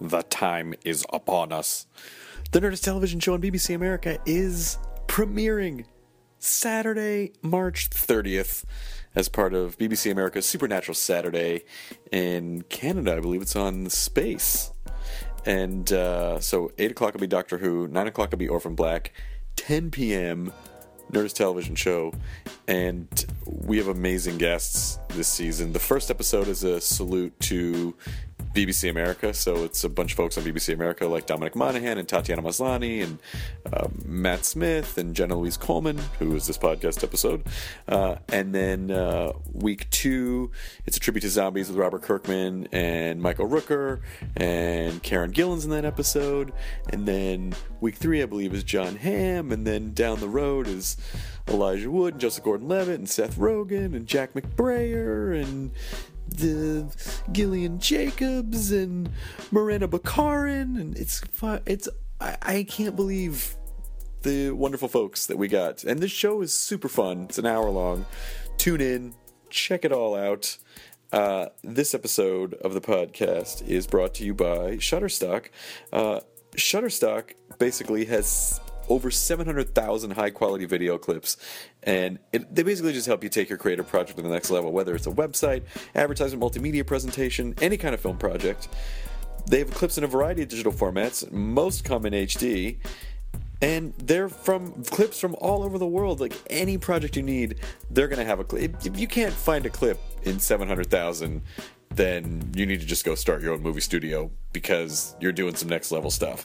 The time is upon us. The Nerdist television show on BBC America is premiering Saturday, March 30th, as part of BBC America's Supernatural Saturday. In Canada, I believe it's on Space. And uh, so 8 o'clock will be Doctor Who, 9 o'clock will be Orphan Black, 10 p.m. Nerdist television show, and we have amazing guests this season. The first episode is a salute to BBC America, so it's a bunch of folks on BBC America like Dominic Monaghan and Tatiana Maslany and uh, Matt Smith and Jenna Louise Coleman, who is this podcast episode. Uh, and then uh, week two, it's a tribute to zombies with Robert Kirkman and Michael Rooker and Karen Gillan's in that episode. And then week three, I believe, is John Hamm. And then down the road is Elijah Wood and Joseph Gordon-Levitt and Seth Rogen and Jack McBrayer and the Gillian Jacobs and Miranda Bakarin, and it's fu- it's I, I can't believe the wonderful folks that we got. And this show is super fun. It's an hour long. Tune in, check it all out. Uh, this episode of the podcast is brought to you by Shutterstock. Uh, Shutterstock basically has over 700,000 high quality video clips. And it, they basically just help you take your creative project to the next level, whether it's a website, advertisement, multimedia presentation, any kind of film project. They have clips in a variety of digital formats, most come in HD. And they're from clips from all over the world. Like any project you need, they're going to have a clip. If you can't find a clip in 700,000, then you need to just go start your own movie studio because you're doing some next level stuff.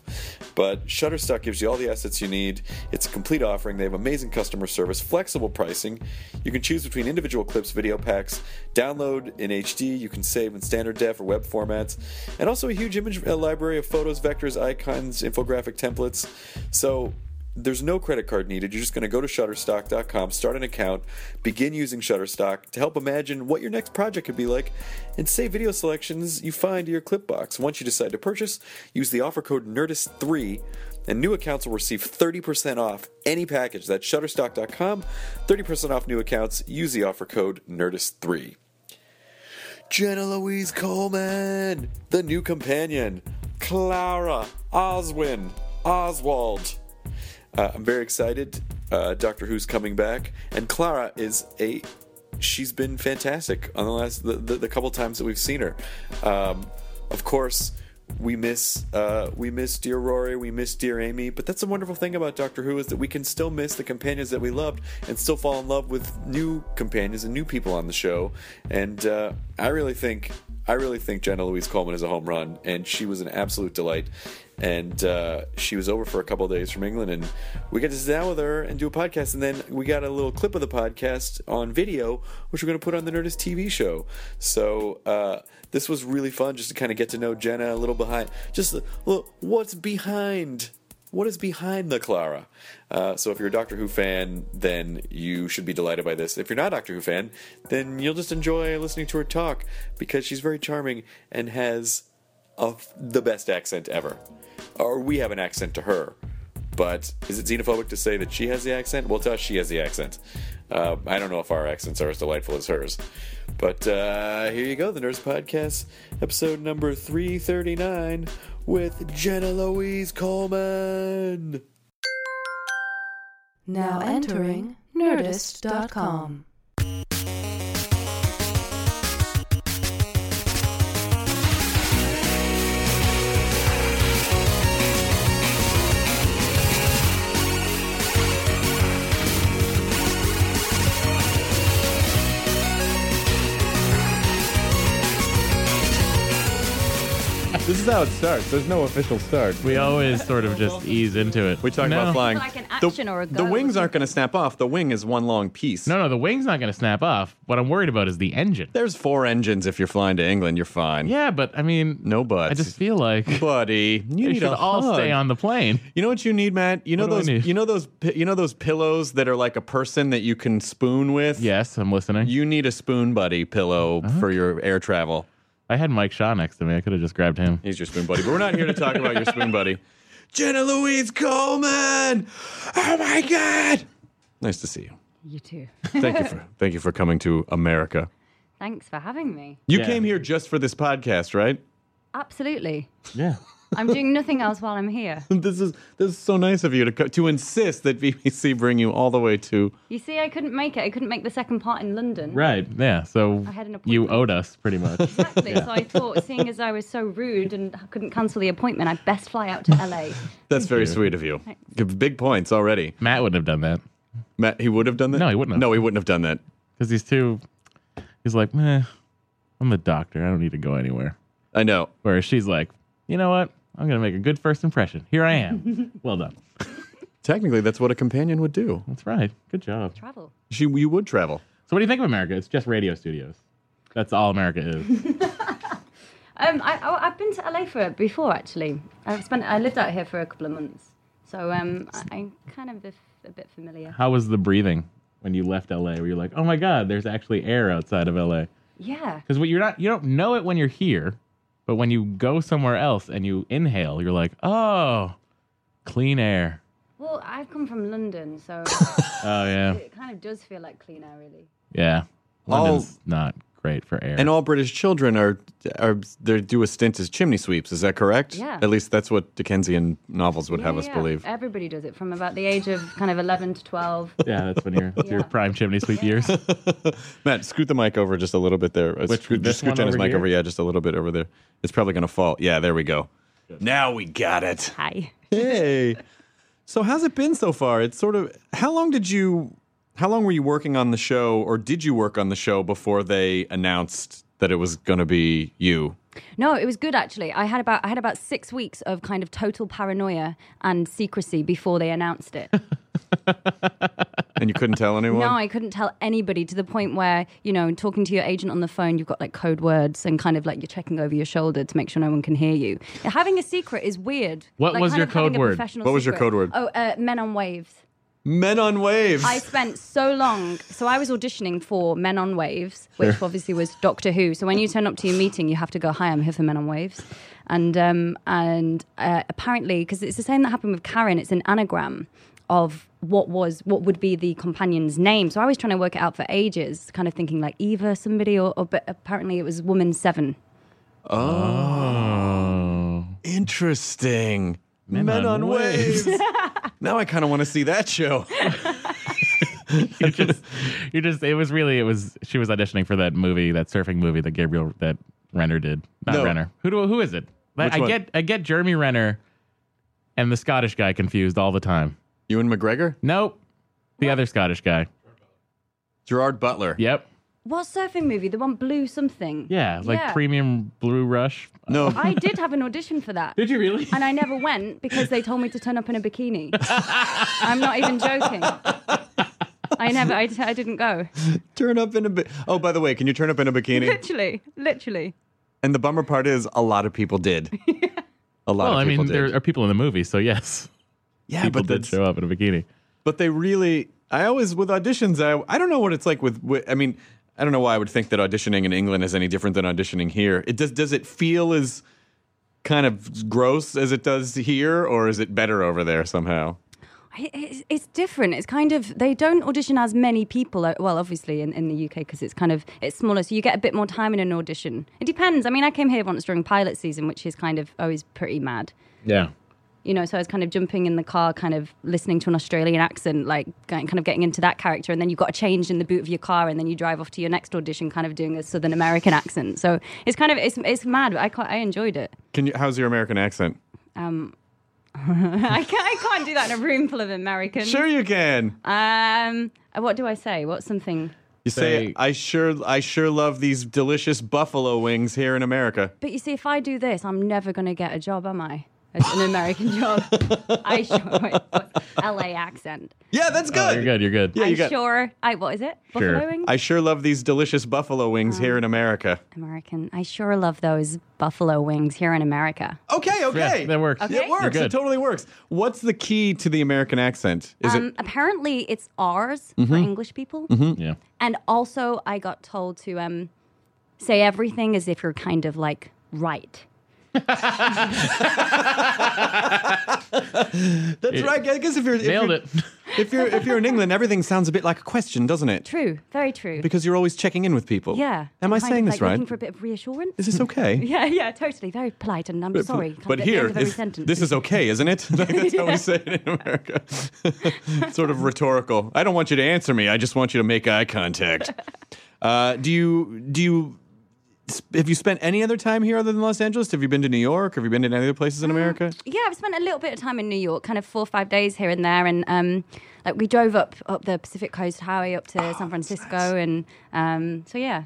But Shutterstock gives you all the assets you need. It's a complete offering. They have amazing customer service, flexible pricing. You can choose between individual clips, video packs, download in HD. You can save in standard def or web formats, and also a huge image a library of photos, vectors, icons, infographic templates. So there's no credit card needed. You're just going to go to Shutterstock.com, start an account, begin using Shutterstock to help imagine what your next project could be like, and save video selections you find to your clip box. Once you decide to purchase, use the offer code NERDIST3, and new accounts will receive 30% off any package. That's Shutterstock.com, 30% off new accounts. Use the offer code NERDIST3. Jenna Louise Coleman, the new companion, Clara Oswin Oswald. Uh, I'm very excited. Uh, Doctor Who's coming back, and Clara is a. She's been fantastic on the last the, the, the couple times that we've seen her. Um, of course, we miss uh, we miss dear Rory, we miss dear Amy, but that's the wonderful thing about Doctor Who is that we can still miss the companions that we loved and still fall in love with new companions and new people on the show. And uh, I really think I really think Jenna Louise Coleman is a home run, and she was an absolute delight. And uh, she was over for a couple days from England, and we got to sit down with her and do a podcast. And then we got a little clip of the podcast on video, which we're going to put on the Nerdist TV show. So uh, this was really fun, just to kind of get to know Jenna a little behind, just a little, what's behind what is behind the Clara? Uh, so, if you're a Doctor Who fan, then you should be delighted by this. If you're not a Doctor Who fan, then you'll just enjoy listening to her talk because she's very charming and has a, the best accent ever. Or we have an accent to her. But is it xenophobic to say that she has the accent? Well, to us, she has the accent. Uh, I don't know if our accents are as delightful as hers. But uh, here you go, the Nurse Podcast, episode number 339 with Jenna Louise Coleman. Now entering Nerdist.com. This is how it starts. There's no official start. We always sort of just ease into it. We talk no. about flying. Like an action the, or a the go. wings aren't going to snap off. The wing is one long piece. No, no, the wing's not going to snap off. What I'm worried about is the engine. There's four engines if you're flying to England. You're fine. Yeah, but I mean, No buts. I just feel like Buddy, you need they should a all hug. stay on the plane. You know what you need, Matt? You know What do I those. need? You know those. pi- You know those pillows that are like a person that you can spoon with. Yes, I'm listening. You need a spoon buddy pillow for your air travel. I had Mike Shaw next to me. I could have just grabbed him. He's your spoon buddy, but we're not here to talk about your spoon buddy. Jenna Louise Coleman. Oh my God. Nice to see you. You too. Thank you for thank you for coming to America. Thanks for having me. You Yeah. came here just for this podcast, right? Absolutely. Yeah. I'm doing nothing else while I'm here. this is this is so nice of you to co- to insist that BBC bring you all the way to. You see, I couldn't make it. I couldn't make the second part in London. Right. Yeah. So had an you appointment. owed us pretty much. Exactly. So I thought, seeing as I was so rude and couldn't cancel the appointment, I'd best fly out to LA. That's very sweet of you. Big points already. Matt wouldn't have done that Matt, he would have done that. No, he wouldn't have. No, he wouldn't have done that. because he's too. He's like, meh. I'm the doctor. I don't need to go anywhere. I know. Whereas she's like, you know what? I'm gonna make a good first impression. Here I am. well done. Technically, that's what a companion would do. That's right. Good job. Travel. She, you would travel. So what do you think of America? It's just radio studios. That's all America is. Um, I, I, I've been to LA for it before, actually. I've spent, I lived out here for a couple of months. So um, I, I'm kind of a, a bit familiar. How was the breathing when you left LA? Were you like, oh my God, there's actually air outside of LA? Yeah. Because what you're not, you don't know it when you're here, but when you go somewhere else and you inhale, you're like, oh, clean air. Well, I've come from London, so Oh yeah, it kind of does feel like clean air, really. yeah. All- London's not great for air. And all British children are are they do a stint as chimney sweeps. Is that correct? Yeah. At least that's what Dickensian novels would have Yeah, us yeah. believe. Everybody does it from about the age of kind of 11 to 12. yeah, that's when you're your Yeah. prime chimney sweep years. Matt, scoot the mic over just a little bit there. Uh, Which- scoot this just scoot one Jenna's over mic here? over. Yeah, just a little bit over there. It's probably gonna fall. Yeah, there we go. Now we got it. Hi. Hey. so how's it been so far? It's sort of how long did you how long were you working on the show or did you work on the show before they announced that it was gonna be you? No, it was good actually. I had about I had about six weeks of kind of total paranoia and secrecy before they announced it. And you couldn't tell anyone? no, I couldn't tell anybody to the point where you know, talking to your agent on the phone, you've got like code words and kind of like you're checking over your shoulder to make sure no one can hear you. Having a secret is weird. What Like, was kind your of having code a word? professional What was your secret. code word? Oh, uh, men on waves. Men on waves. I spent so long. So I was auditioning for Men on Waves, which obviously was Doctor Who. So when you turn up to your meeting, you have to go, "Hi, I'm here for Men on Waves," and um, and uh, apparently, because it's the same that happened with Karen, it's an anagram of what was what would be the companion's name. So I was trying to work it out for ages, kind of thinking like Eva, somebody, or, or but apparently it was Woman Seven. oh, Interesting. Men, on, on waves. now I kind of want to see that show. you just, you just. It was really. It was. She was auditioning for that movie, that surfing movie that Gabriel that Renner did. Not No. Renner. Who do? Who is it? Which Like, I one? get. I get Jeremy Renner and the Scottish guy confused all the time. You and McGregor? Nope. The other Scottish guy. Gerard Butler. Yep. What surfing movie? The one Blue something. Yeah. Like premium Blue Rush. No. I did have an audition for that. Did you really? and I never went because they told me to turn up in a bikini. I'm not even joking. I never, I, I didn't go. turn up in a bi- Oh, by the way, can you turn up in a bikini? Literally, literally. and the bummer part is a lot of people did. A lot Well, of I people mean, did. there are people in the movie, so yes, yeah, people but did that's- show up in a bikini. but they really i always with auditions i i don't know what it's like with, with i mean i don't know why i would think that auditioning in england is any different than auditioning here it does does it feel as kind of gross as it does here or is it better over there somehow I- It's, it's different. It's kind of they don't audition as many people. uh, Well, obviously in, in the UK because it's kind of it's smaller, so you get a bit more time in an audition. It depends. I mean, I came here once during pilot season, which is kind of always pretty mad. Yeah. you know, so I was kind of jumping in the car, kind of listening to an Australian accent, like going- kind of getting into that character. And then you've got to change in the boot of your car, and then you drive off to your next audition, kind of doing a Southern American accent. So it's kind of it's it's mad. But I quite, I enjoyed it. can you how's your american accent I can't, I can't do that in a room full of Americans. sure you can Um, what do I say? What's something? you say, Say- i sure i sure love these delicious buffalo wings here in america But you see, if I do this, I'm never going to get a job, am I? As an American job. I sure. Wait, what's LA accent. yeah that's good, Oh, you're good. You're good. Yeah, I you got- sure. I what is it? Sure. Buffalo wings. i sure love these delicious buffalo wings here in america American. I sure love those buffalo wings here in America. okay okay Yeah, that works. Okay. It works. You're It good. totally works. What's the key to the American accent? Is Um, it Mm-hmm. apparently, it's R's for English people. Yeah. And also, I got told to um, say everything as if you're kind of like right. That's right. I guess if you're if Nailed you're, it. If you're if you're in England, everything sounds a bit like a question, doesn't it? True, very true. Because you're always checking in with people. yeah. Am I'm I kind saying of, this like, right? Looking for a bit of reassurance. Is this okay? yeah, yeah, totally. Very polite, and I'm sorry. can't but get the end here, of every is- sentence. this is okay, isn't it? Like, That's how we say it in America. sort of rhetorical. I don't want you to answer me. I just want you to make eye contact. Uh, do you do you sp- have you spent any other time here other than Los Angeles? Have you been to New York? Have you been to any other places Mm, in America? yeah, I've spent a little bit of time in New York, kind of four or five days here and there, and um, like we drove up up the Pacific Coast Highway up Oh, to San Francisco, and um, so yeah,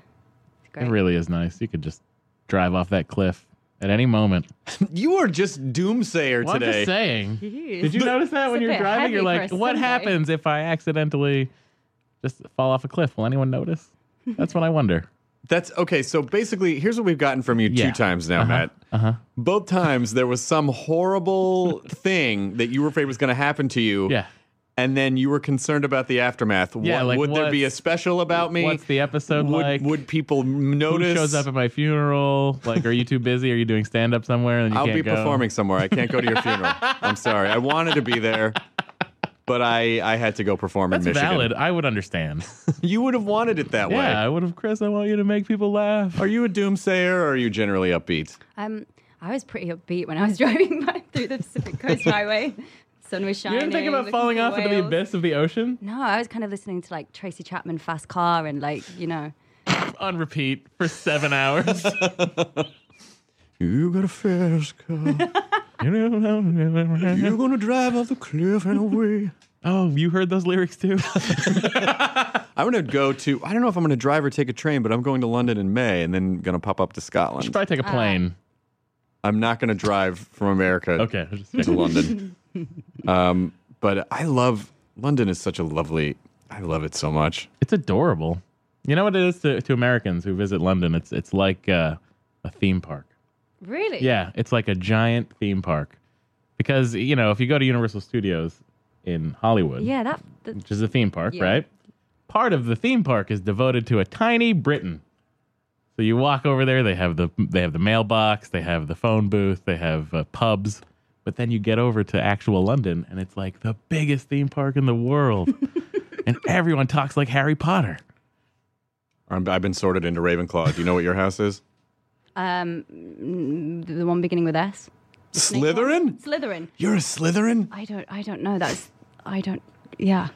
it's It great. really is nice. You could just drive off that cliff at any moment. You are just doomsayer Well, I'm today. just saying. Did you But- notice that It's a when you're bit driving? heavy You're for like, a what Sunday." happens if I accidentally just fall off a cliff? Will anyone notice? That's what I wonder. That's okay. So basically, here's what we've gotten from you Yeah. two times now, Matt. Uh-huh. Both times there was some horrible thing that you were afraid was going to happen to you. Yeah. and then you were concerned about the aftermath. Yeah, What- like, would there be a what's- special about me? What's the episode would, like? Would people m- Who notice? shows up at my funeral? Like, are you too busy? Are you doing stand up somewhere? And you I'll can't be go? performing somewhere. I can't go to your funeral. I'm sorry. I wanted to be there, but I I had to go perform That's in Michigan. valid. I would understand. You would have wanted it that yeah, way. I would have. Chris, I want you to make people laugh. Are you a doomsayer or are you generally upbeat? Um, I was pretty upbeat when I was driving by through the Pacific Coast Highway. Sun was You shining. didn't think about looking falling for off into the whales. abyss of the ocean No, I was kind of listening to like Tracy Chapman, Fast Car, and like you know. on repeat for seven hours? You got a fast car. oh, gonna drive off the cliff and away. you heard those lyrics too? I'm gonna go to. I don't know if I'm gonna drive or take a train, but I'm going to London in May and then gonna pop up to Scotland. Should Uh, probably take a plane. I'm not gonna drive from America. okay. I'll just take to London. um, but I love London is such a lovely. I love it so much. It's adorable. You know what it is to, to Americans who visit London? It's it's like uh, a theme park. Really? Yeah, it's like a giant theme park because you know if you go to Universal Studios in Hollywood, Yeah, that. that which is a theme park, Yeah. right? Part of the theme park is devoted to a tiny Britain. So you walk over there, they have the they have the mailbox, they have the phone booth, they have uh, pubs, but then you get over to actual London and it's like the biggest theme park in the world. and everyone talks like Harry Potter. I'm, I've been sorted into Ravenclaw. Do you know what your house is? um, mm, the one beginning with S. Slytherin. Slytherin. You're a Slytherin. I don't. I don't know. That's. I don't. Yeah.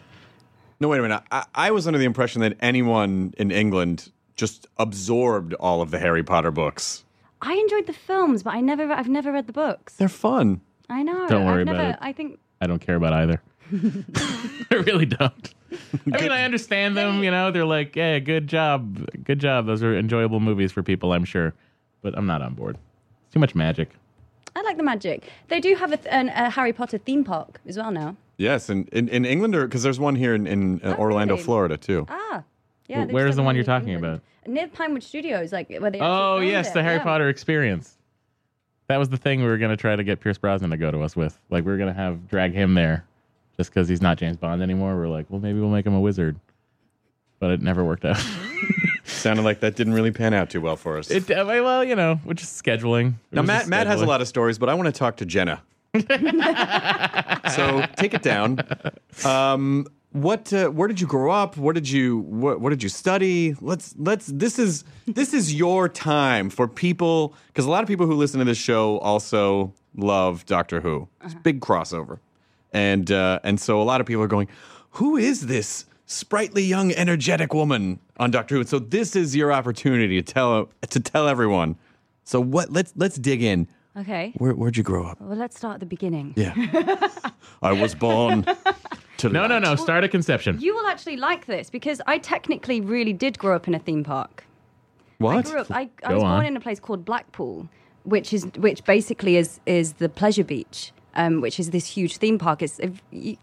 No, wait a minute. I, I was under the impression that anyone in England just absorbed all of the Harry Potter books. I enjoyed the films, but I never. I've never read the books. They're fun. I know. Don't worry I've never, about it. I think. I don't care about either. I really don't. I mean, I understand them. You know, they're like, "Yeah, good job, good job." Those are enjoyable movies for people, I'm sure, but I'm not on board. It's too much magic. I like the magic. They do have a, th- an, a Harry Potter theme park as well now. Yes, and in, in England, or because there's one here in, in uh, Orlando, really? Florida, too. Ah. Wh- Yeah. they where just is have the in one you're talking England. Near Pinewood Studios, like where they. actually Oh filmed yes, it, the Harry yeah. Potter experience. That was the thing we were gonna try to get Pierce Brosnan to go to us with. Like we were gonna have drag him there, just because he's not James Bond anymore. We're like, well, maybe we'll make him a wizard, but it never worked out. Sounded like that didn't really pan out too well for us. it I mean, well, you know, we're just scheduling. It Now, was Matt, just Matt has a scheduling. lot of stories, but I want to talk to Jenna. so take it down. Um, what? Uh, where did you grow up? What did you? What, what did you study? Let's let's. This is this is your time for people because a lot of people who listen to this show also love Doctor Who. It's a big crossover, and uh, and so a lot of people are going, who is this? Sprightly young, energetic woman on Doctor Who. And so this is your opportunity to tell to tell everyone. So what? Let's let's dig in. Okay. Where, where'd you grow up? Well, let's start at the beginning. Yeah, I was born to. No, no, light. no. Start at conception. You will actually like this because I technically really did grow up in a theme park. What? I grew up. I, I Go was on. born in a place called Blackpool, which is which basically is is the pleasure beach, um, which is this huge theme park. It's if you,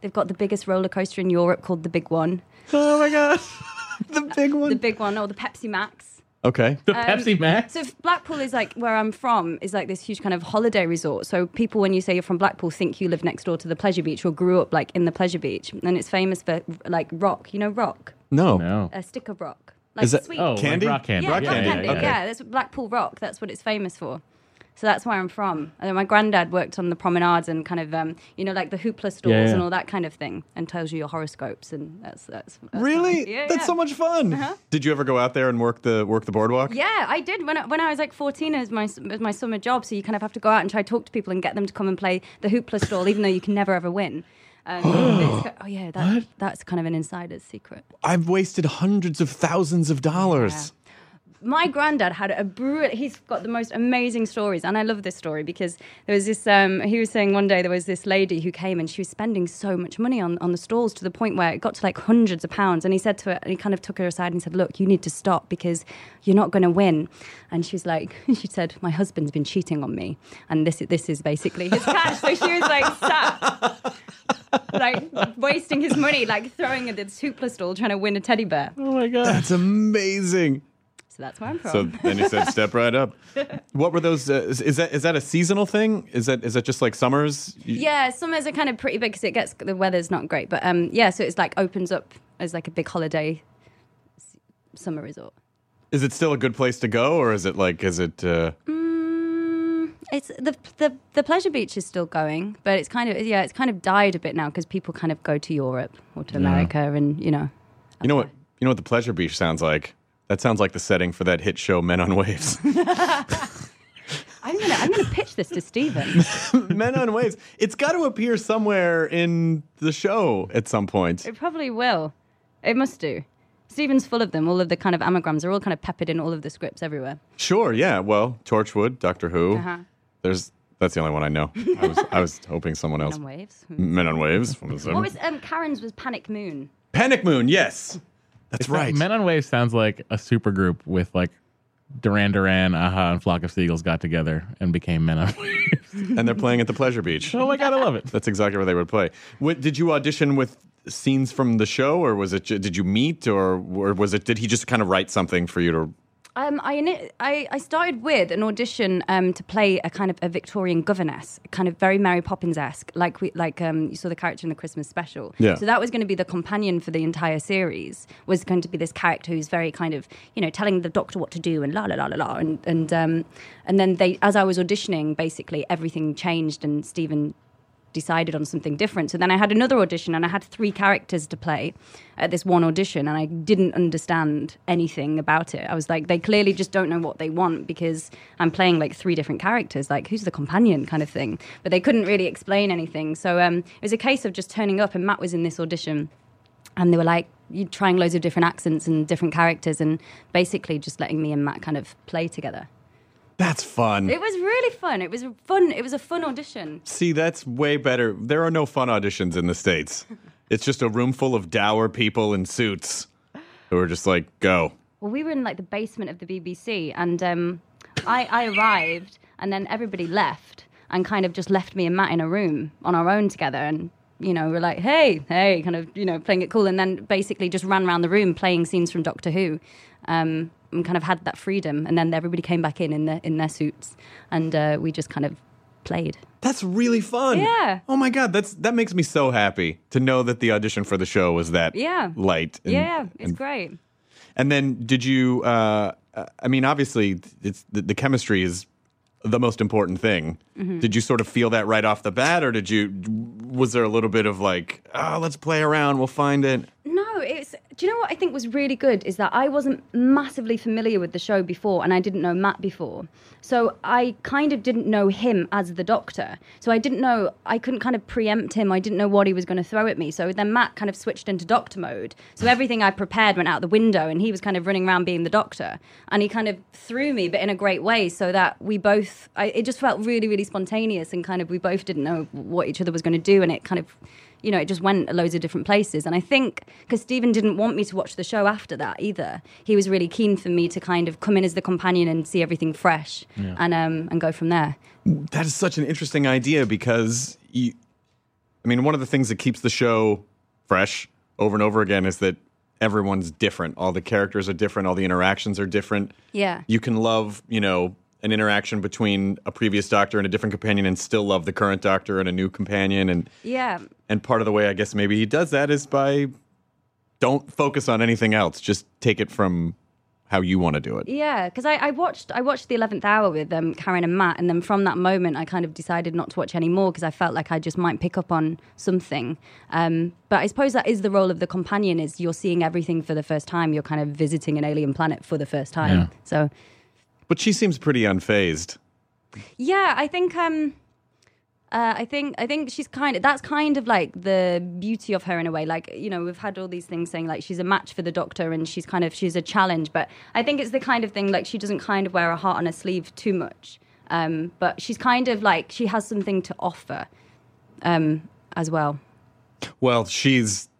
they've got the biggest roller coaster in Europe called the Big One, Oh my gosh, the big the one. Big One or the Pepsi Max. Okay. The um, Pepsi Max. So if Blackpool is like where I'm from is like this huge kind of holiday resort. So people, when you say you're from Blackpool, think you live next door to the pleasure beach or grew up like in the pleasure beach, and it's famous for like rock. You know, rock, No. No. a stick of rock, like Is that- sweet. Oh, like Candy? rock candy. Uh, Yeah, Rock rock candy, candy. okay. Yeah, that's Blackpool Rock. That's what it's famous for. So that's where I'm from. And my granddad worked on the promenades and kind of, um, you know, like the hoopla stores Yeah, yeah. and all that kind of thing, and tells you your horoscopes. And that's that's, that's Really? Yeah, That's yeah. so much fun. Did you ever go out there and work the work the boardwalk? Yeah, I did when I, when I was like 14 as my it was my summer job. So you kind of have to go out and try to talk to people and get them to come and play the hoopla stall, even though you can never ever win. Um, it's ki- oh yeah, that, that's kind of an insider's secret. I've wasted hundreds of thousands of dollars. my granddad had a brilliant he's got the most amazing stories and i love this story because there was this um, he was saying one day there was this lady who came and she was spending so much money on, on the stalls to the point where it got to like hundreds of pounds and he said to her and he kind of took her aside and he said look you need to stop because you're not going to win and she's like she said my husband's been cheating on me and this, this is basically his cash so she was like stop like wasting his money like throwing at this hoopla stall trying to win a teddy bear Oh my god. That's amazing. so that's where i'm from So then he said, "Step right up." What were those? Uh, is, is that is that a seasonal thing? Is that is that just like summers? You- Yeah, summers are kind of pretty big because it gets the weather's not great, but um, yeah, so it's like opens up as like a big holiday s- summer resort. Is it still a good place to go, or is it like is it? Uh, Mm, it's the, the the pleasure beach is still going, but it's kind of yeah, it's kind of died a bit now because people kind of go to Europe or to America, and you know, you know what? uh-huh. You know what the pleasure beach sounds like. That sounds like the setting for that hit show Men on Waves. I'm gonna I'm gonna pitch this to Stephen. Men on Waves. It's got to appear somewhere in the show at some point. It probably will. It must do. Stephen's full of them. All of the kind of anagrams are all kind of peppered in all of the scripts everywhere. Sure, yeah. Well, Torchwood, Doctor Who. Uh-huh. There's that's the only one I know. I was I was hoping someone else. And waves. Hmm. Men on Waves. From the What was um, Karen's was Panic Moon. Panic Moon? Yes, that's right. Men on Waves sounds like a super group with like Duran Duran, Aha, and Flock of Seagulls got together and became Men on Waves. and they're playing at the Pleasure Beach. oh my god, I love it. That's exactly where they would play. What, did you audition with scenes from the show, or was it? ju- Did you meet, or, or was it? Did he just kind of write something for you to? Um, I, ini- I I started with an audition um, to play a kind of a Victorian governess, kind of very Mary Poppins esque, like we like um, you saw the character in the Christmas special. Yeah. So that was going to be the companion for the entire series. Was going to be this character who's very kind of you know telling the doctor what to do and la la la la la and and um, and then they as I was auditioning, basically everything changed and Stephen decided on something different. So then I had another audition and I had three characters to play at this one audition and I didn't understand anything about it. I was like, they clearly just don't know what they want because I'm playing like three different characters, like who's the companion kind of thing. But they couldn't really explain anything. So um, it was a case of just turning up and Matt was in this audition and they were like, you trying loads of different accents and different characters and basically just letting me and Matt kind of play together. That's fun. It was really fun. It was a fun. It was a fun audition. See, that's way better. There are no fun auditions in the states. It's just a room full of dour people in suits who are just like, go. Well, we were in like the basement of the BBC, and um, I, I arrived, and then everybody left, and kind of just left me and Matt in a room on our own together, and you know we're like, hey, hey, kind of you know playing it cool, and then basically just ran around the room playing scenes from Doctor Who, um, and kind of had that freedom, and then everybody came back in in their in their suits, and uh, we just kind of played. That's really fun. Yeah. Oh my god, that's that makes me so happy to know that the audition for the show was that Yeah. light. and- yeah, it's and great. And then did you? Uh, uh, I mean, obviously, it's the, the chemistry is the most important thing. Mm-hmm. Did you sort of feel that right off the bat, or did you? Was there a little bit of like, oh, let's play around, we'll find it? No, it's. Do you know what I think was really good is that I wasn't massively familiar with the show before, and I didn't know Matt before, so I kind of didn't know him as the Doctor. So I didn't know I couldn't kind of preempt him. I didn't know what he was going to throw at me. So then Matt kind of switched into Doctor mode. So everything I prepared went out the window, and he was kind of running around being the Doctor, and he kind of threw me, but in a great way, so that we both. I, it just felt really, really spontaneous, and kind of we both didn't know what each other was going to do, and it kind of you know, it just went loads of different places. And I think because Stephen didn't want me to watch the show after that either, he was really keen for me to kind of come in as the companion and see everything fresh and um, and go from there. That is such an interesting idea because you, I mean, one of the things that keeps the show fresh over and over again is that everyone's different. All the characters are different. All the interactions are different. Yeah. You can love, you know, an interaction between a previous doctor and a different companion and still love the current doctor and a new companion. And, Yeah. and part of the way I guess maybe he does that is by don't focus on anything else. Just take it from how you want to do it. Yeah, because I, I watched I watched the Eleventh Hour with um, Karen and Matt, and then from that moment, I kind of decided not to watch anymore because I felt like I just might pick up on something. Um, but I suppose that is the role of the companion: is you're seeing everything for the first time. You're kind of visiting an alien planet for the first time. Yeah. So But she seems pretty unfazed. yeah, I think um, uh, I think I think she's kind of that's kind of like the beauty of her in a way. Like you know, we've had all these things saying like she's a match for the doctor and she's kind of she's a challenge. But I think it's the kind of thing like she doesn't kind of wear her heart on her sleeve too much. Um, but she's kind of like she has something to offer um, as well. Well, she's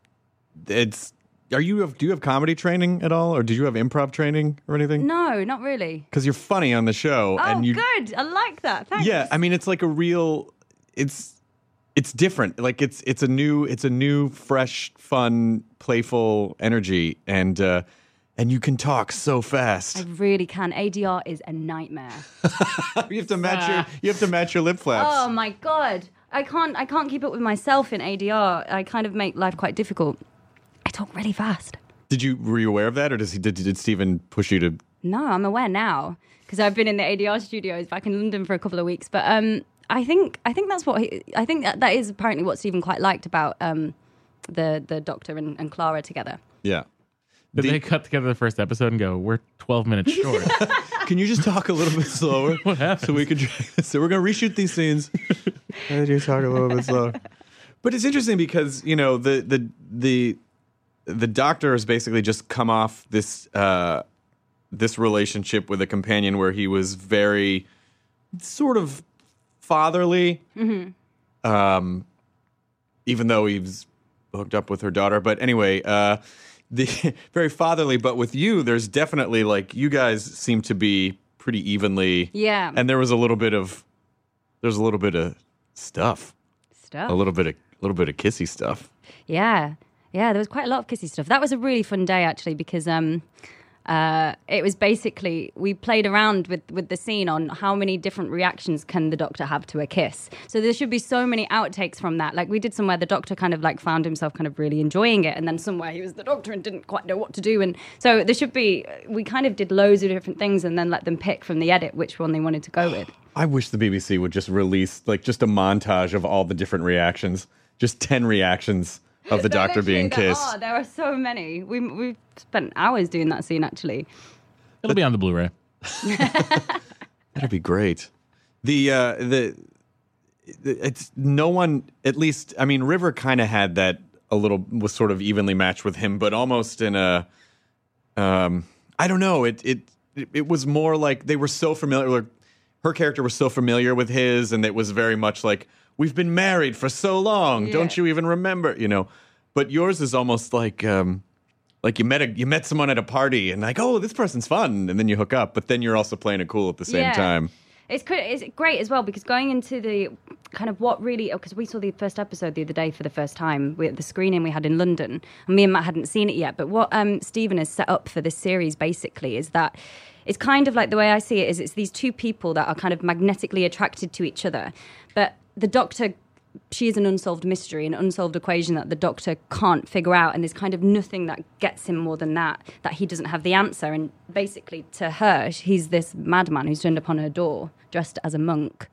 it's. Are you do you have comedy training at all, or did you have improv training or anything? No, not really. Because you're funny on the show, Oh, and you good. I like that. Thanks. yeah. I mean, it's like a real. It's it's different. Like it's it's a new it's a new fresh fun playful energy and uh and you can talk so I fast. really can. ADR is a nightmare. you have to match your you have to match your lip flaps. Oh my god. I can't I can't keep up with myself in ADR. I kind of make life quite difficult. I talk really fast. Did you were you aware of that, or does he did did Stephen push you to? No, I'm aware now because I've been in the ADR studios back in London for a couple of weeks, but um I think I think that's what he, I think that, that is apparently what Stephen quite liked about um the the doctor and, and Clara together. Yeah. Did The- they cut together the first episode and go, we're 12 minutes short? Can you just talk a little bit slower? what happened? So we could. So we're gonna reshoot these scenes. Can you talk a little bit slower? But it's interesting because you know the the the the doctor has basically just come off this uh, this relationship with a companion where he was very sort of fatherly, um, even though he's hooked up with her daughter. But anyway, uh, the very fatherly. But with you, there's definitely like you guys seem to be pretty evenly. Yeah. And there was a little bit of there's a little bit of stuff, Stuff. a little bit of a little bit of kissy stuff. Yeah. Yeah, there was quite a lot of kissy stuff. That was a really fun day actually because um uh, it was basically we played around with, with the scene on how many different reactions can the doctor have to a kiss. So there should be so many outtakes from that. Like we did somewhere the doctor kind of like found himself kind of really enjoying it, and then somewhere he was the doctor and didn't quite know what to do. And so there should be we kind of did loads of different things and then let them pick from the edit which one they wanted to go with. I wish the BBC would just release like just a montage of all the different reactions, just ten reactions of the There doctor being literally there kissed. Are, there are so many. We we spent hours doing that scene actually. It'll be on the Blu ray. That'd be great. The uh, the the- it's no one at least I mean River kind of had that a little was sort of evenly matched with him, but almost in a um I don't know it it it, it was more like they were so familiar. Like, her character was so familiar with his, and it was very much like we've been married for so long. Don't you even remember? You know, but yours is almost like. um like you met a, you met someone at a party and like oh this person's fun and then you hook up but then you're also playing it cool at the same Yeah. time It's cr- it's great as well because going into the kind of what really because we saw the first episode the other day for the first time we, the screening we had in London and me and Matt hadn't seen it yet but what um, Stephen has set up for this series basically is that it's kind of like the way I see it is it's these two people that are kind of magnetically attracted to each other but the doctor she is an unsolved mystery, an unsolved equation that the doctor can't figure out, and there's kind of nothing that gets him more than that, that he doesn't have the answer. And basically, to her, he's this madman who's turned upon her door dressed as a monk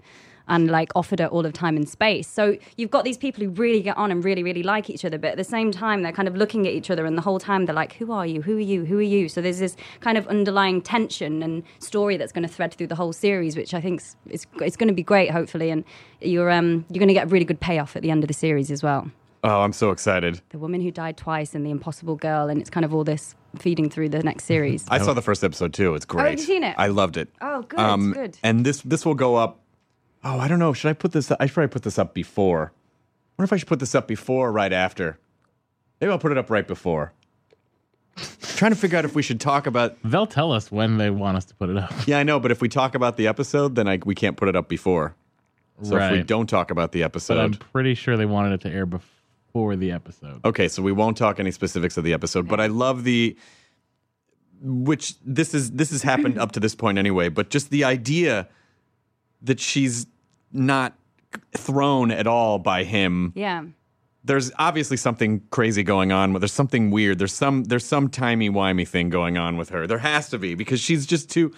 and like offered her all of time and space. So you've got these people who really get on and really, really like each other, but at the same time, they're kind of looking at each other, and the whole time they're like, Who are you? Who are you? Who are you? So there's this kind of underlying tension and story that's going to thread through the whole series, which I think is, is it's going to be great, hopefully. And you're, um, you're going to get a really good payoff at the end of the series as well. Oh, I'm so excited. The woman who died twice and the impossible girl, and it's kind of all this feeding through the next series. I saw the first episode too. It's great. Oh, you seen it? I loved it. Um, Oh, good, good. And this this will go up. Oh, I don't know. Should I put this? I should probably put this up before. I wonder if I should put this up before or right after. Maybe I'll put it up right before. trying to figure out if we should talk about. They'll tell us when they want us to put it up. Yeah, I know, but if we talk about the episode, then I, we can't put it up before. So if we Right. don't talk about the But I'm episode, pretty sure they wanted it to air before the episode. Okay, so we won't talk any specifics of the episode, but I love the which this is this has happened up to this point anyway, but just the idea that she's not thrown at all by him Yeah. there's obviously something crazy going on. There's something weird. There's some there's some timey wimey thing going on with her. There has to be because she's just too.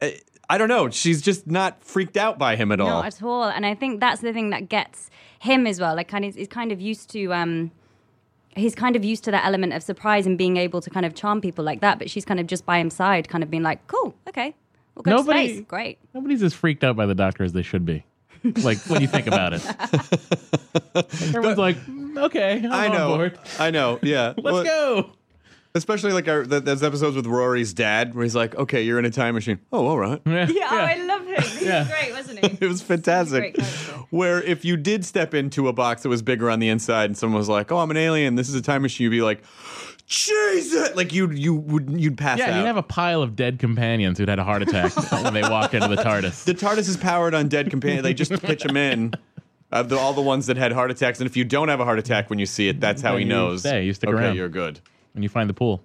I- I don't know. She's just not freaked out by him at all. Not at all. And I think that's the thing that gets him as well. Like kind of he's kind of used to um he's kind of used to that element of surprise and being able to kind of charm people like that, but she's kind of just by his side, kind of being like, Cool, okay. We'll go Nobody- to space. Great. Nobody's as freaked out by the doctor as they should be. Like when you think about it, everyone's like, "Mm, "Okay, I'm I know. on board. I know. Yeah. Let's go." Especially like our, th- those episodes with Rory's dad, where he's like, "Okay, you're in a time machine." Oh, all right. Yeah, love him. He Yeah. great, wasn't It was fantastic. Great character. Where if you did step into a box that was bigger on the inside, and someone was like, "Oh, I'm an alien. This is a time machine," you'd be like, "Jesus!" Like you you would you'd pass yeah out. you'd have a pile of dead companions who'd had a heart attack when they walked into the TARDIS. the TARDIS is powered on dead companion. They just pitch them in. Of the, all the ones that had heart attacks, and if you don't have a heart attack when you see it, that's how Then he you knows. stay, you stick okay, around. you're good. When you find the pool,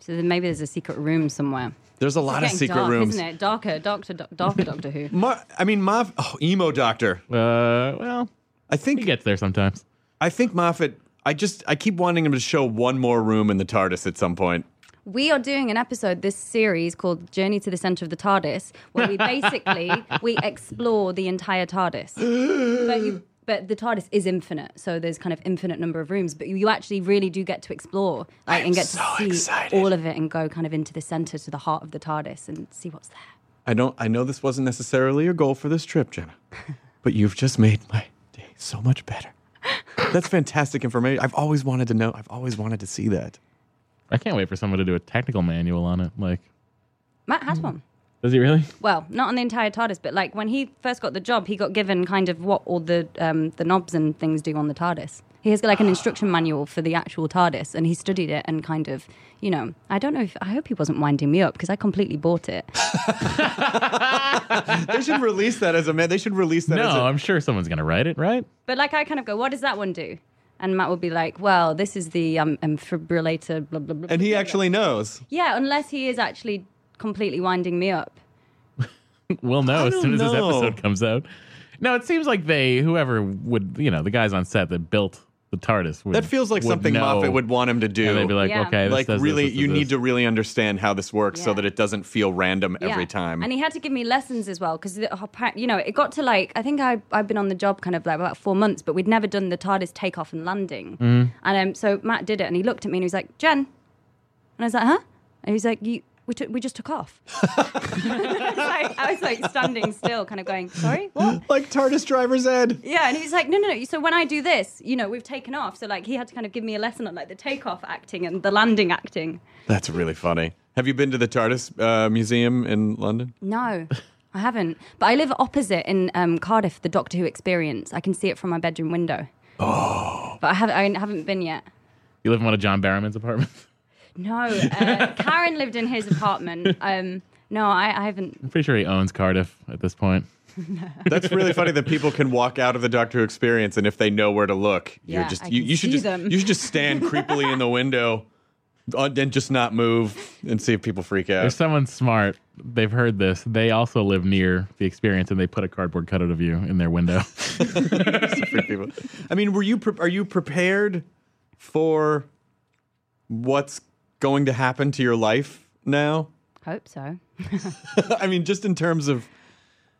So then maybe there's a secret room somewhere. There's a lot of Getting secret dark, rooms. isn't it? Darker, Doctor, doc, darker Doctor Who. Mar- I mean, Mav, oh, emo doctor. uh, well, I think he gets there sometimes. I think Moffat. I just I keep wanting him to show one more room in the TARDIS at some point. we are doing an episode this series called journey to the center of the tardis where we basically we explore the entire tardis but, you, but the tardis is infinite so there's kind of infinite number of rooms but you, you actually really do get to explore like, and get to see all of it and go kind of into the center to the heart of the tardis and see what's there I don't. I know this wasn't necessarily your goal for this trip, Jenna, but you've just made my day so much better. That's fantastic information. I've always wanted to know. I've always wanted to see that. I can't wait for someone to do a technical manual on it. Like, matt has one does he really? well, not on the entire TARDIS, but like when he first got the job, he got given kind of what all the um, the knobs and things do on the TARDIS. He has Ah. like an instruction manual for the actual TARDIS, and he studied it and kind of, you know, I don't know if I hope he wasn't winding me up because I completely bought it. They should release that as a man. They should release that. No, as a, I'm sure someone's gonna write it, right? But like I kind of go, what does that one do? And Matt would be like, well, this is the um, um, fibrillator, blah blah blah. and he blah, blah. actually knows. yeah, unless he is actually completely winding me up. We'll know as don't soon as this know. episode comes out. No, it seems like they, whoever would, you know, the guys on set that built the TARDIS. Would, That feels like would something know. Moffat would want him to do. And they'd be like, Yeah. okay, this Like, does this, really, this does you this. need to really understand how this works so Yeah. that it doesn't feel random every Yeah. time. And he had to give me lessons as well because, you know, it got to like, I think I, I've been on the job kind of like about four months, but we'd never done the TARDIS takeoff and landing. Mm. And um, so Matt did it and he looked at me and he was like, Jen. And I was like, huh? And he's like, you. We, took, we just took off. I, was like, I was like standing still, kind of going, sorry, what? like TARDIS driver's ed. Yeah, and he's like, no, no, no. So when I do this, you know, we've taken off. So like, he had to kind of give me a lesson on like the takeoff acting and the landing acting. That's really funny. Have you been to the TARDIS uh, museum in London? No, I haven't. But I live opposite in um, Cardiff, the Doctor Who experience. I can see it from my bedroom window. Oh. But I, have, I haven't been yet. You live in one of John Barrowman's apartments. No, uh, Karen lived in his apartment. Um, no, I, I haven't. I'm pretty sure he owns Cardiff at this point. That's really funny that people can walk out of the Doctor Who experience and if they know where to look, you're Yeah, just I you, can you should see just them. you should just stand creepily in the window uh, and just not move and see if people freak If out. someone's smart, they've heard this. They also live near the experience, and they put a cardboard cutout of you in their window. Freak people. I mean, were you pre- are you prepared for what's going to happen to your life now? Hope so. I mean, just in terms of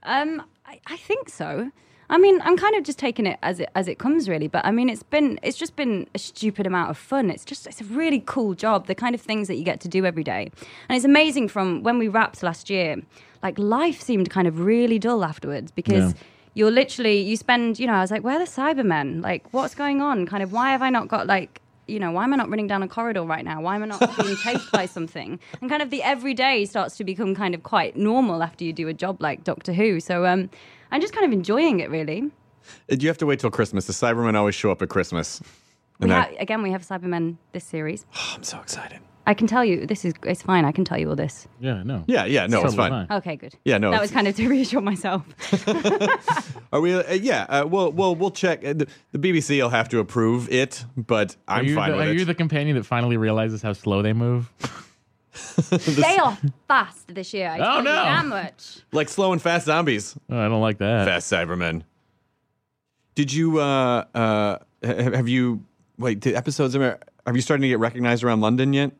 Um, I, I think so. I mean, I'm kind of just taking it as it as it comes, really. But I mean, it's been it's just been a stupid amount of fun. It's just it's a really cool job. The kind of things that you get to do every day, and it's amazing. From when we wrapped last year, like life seemed kind of really dull afterwards because. Yeah. You're literally, you spend, you know, I was like, where are the Cybermen? Like, what's going on? Kind of, why have I not got, like, you know, why am I not running down a corridor right now? Why am I not being chased by something? And kind of the everyday starts to become kind of quite normal after you do a job like Doctor Who. So um, I'm just kind of enjoying it, really. uh, you have to wait till Christmas. The Cybermen always show up at Christmas. We And I- ha- again, we have Cybermen this series. I'm so excited. I can tell you, this is, it's fine. I can tell you all this. yeah, no. Yeah, yeah, no, it's totally fine. Okay, good. Yeah, no, That it's- was kind of to reassure myself. Are we? Uh, yeah. Uh, well, well, we'll check. Uh, the, the BBC will have to approve it, but Are I'm you, fine the, with are it. you the companion that finally realizes how slow they move? they are fast this year. I Oh, tell you no. that much. like slow and fast zombies, Oh, I don't like that. fast Cybermen. Did you? Uh, uh, ha- have you? Wait, did episodes? Have you started to get recognized around London yet?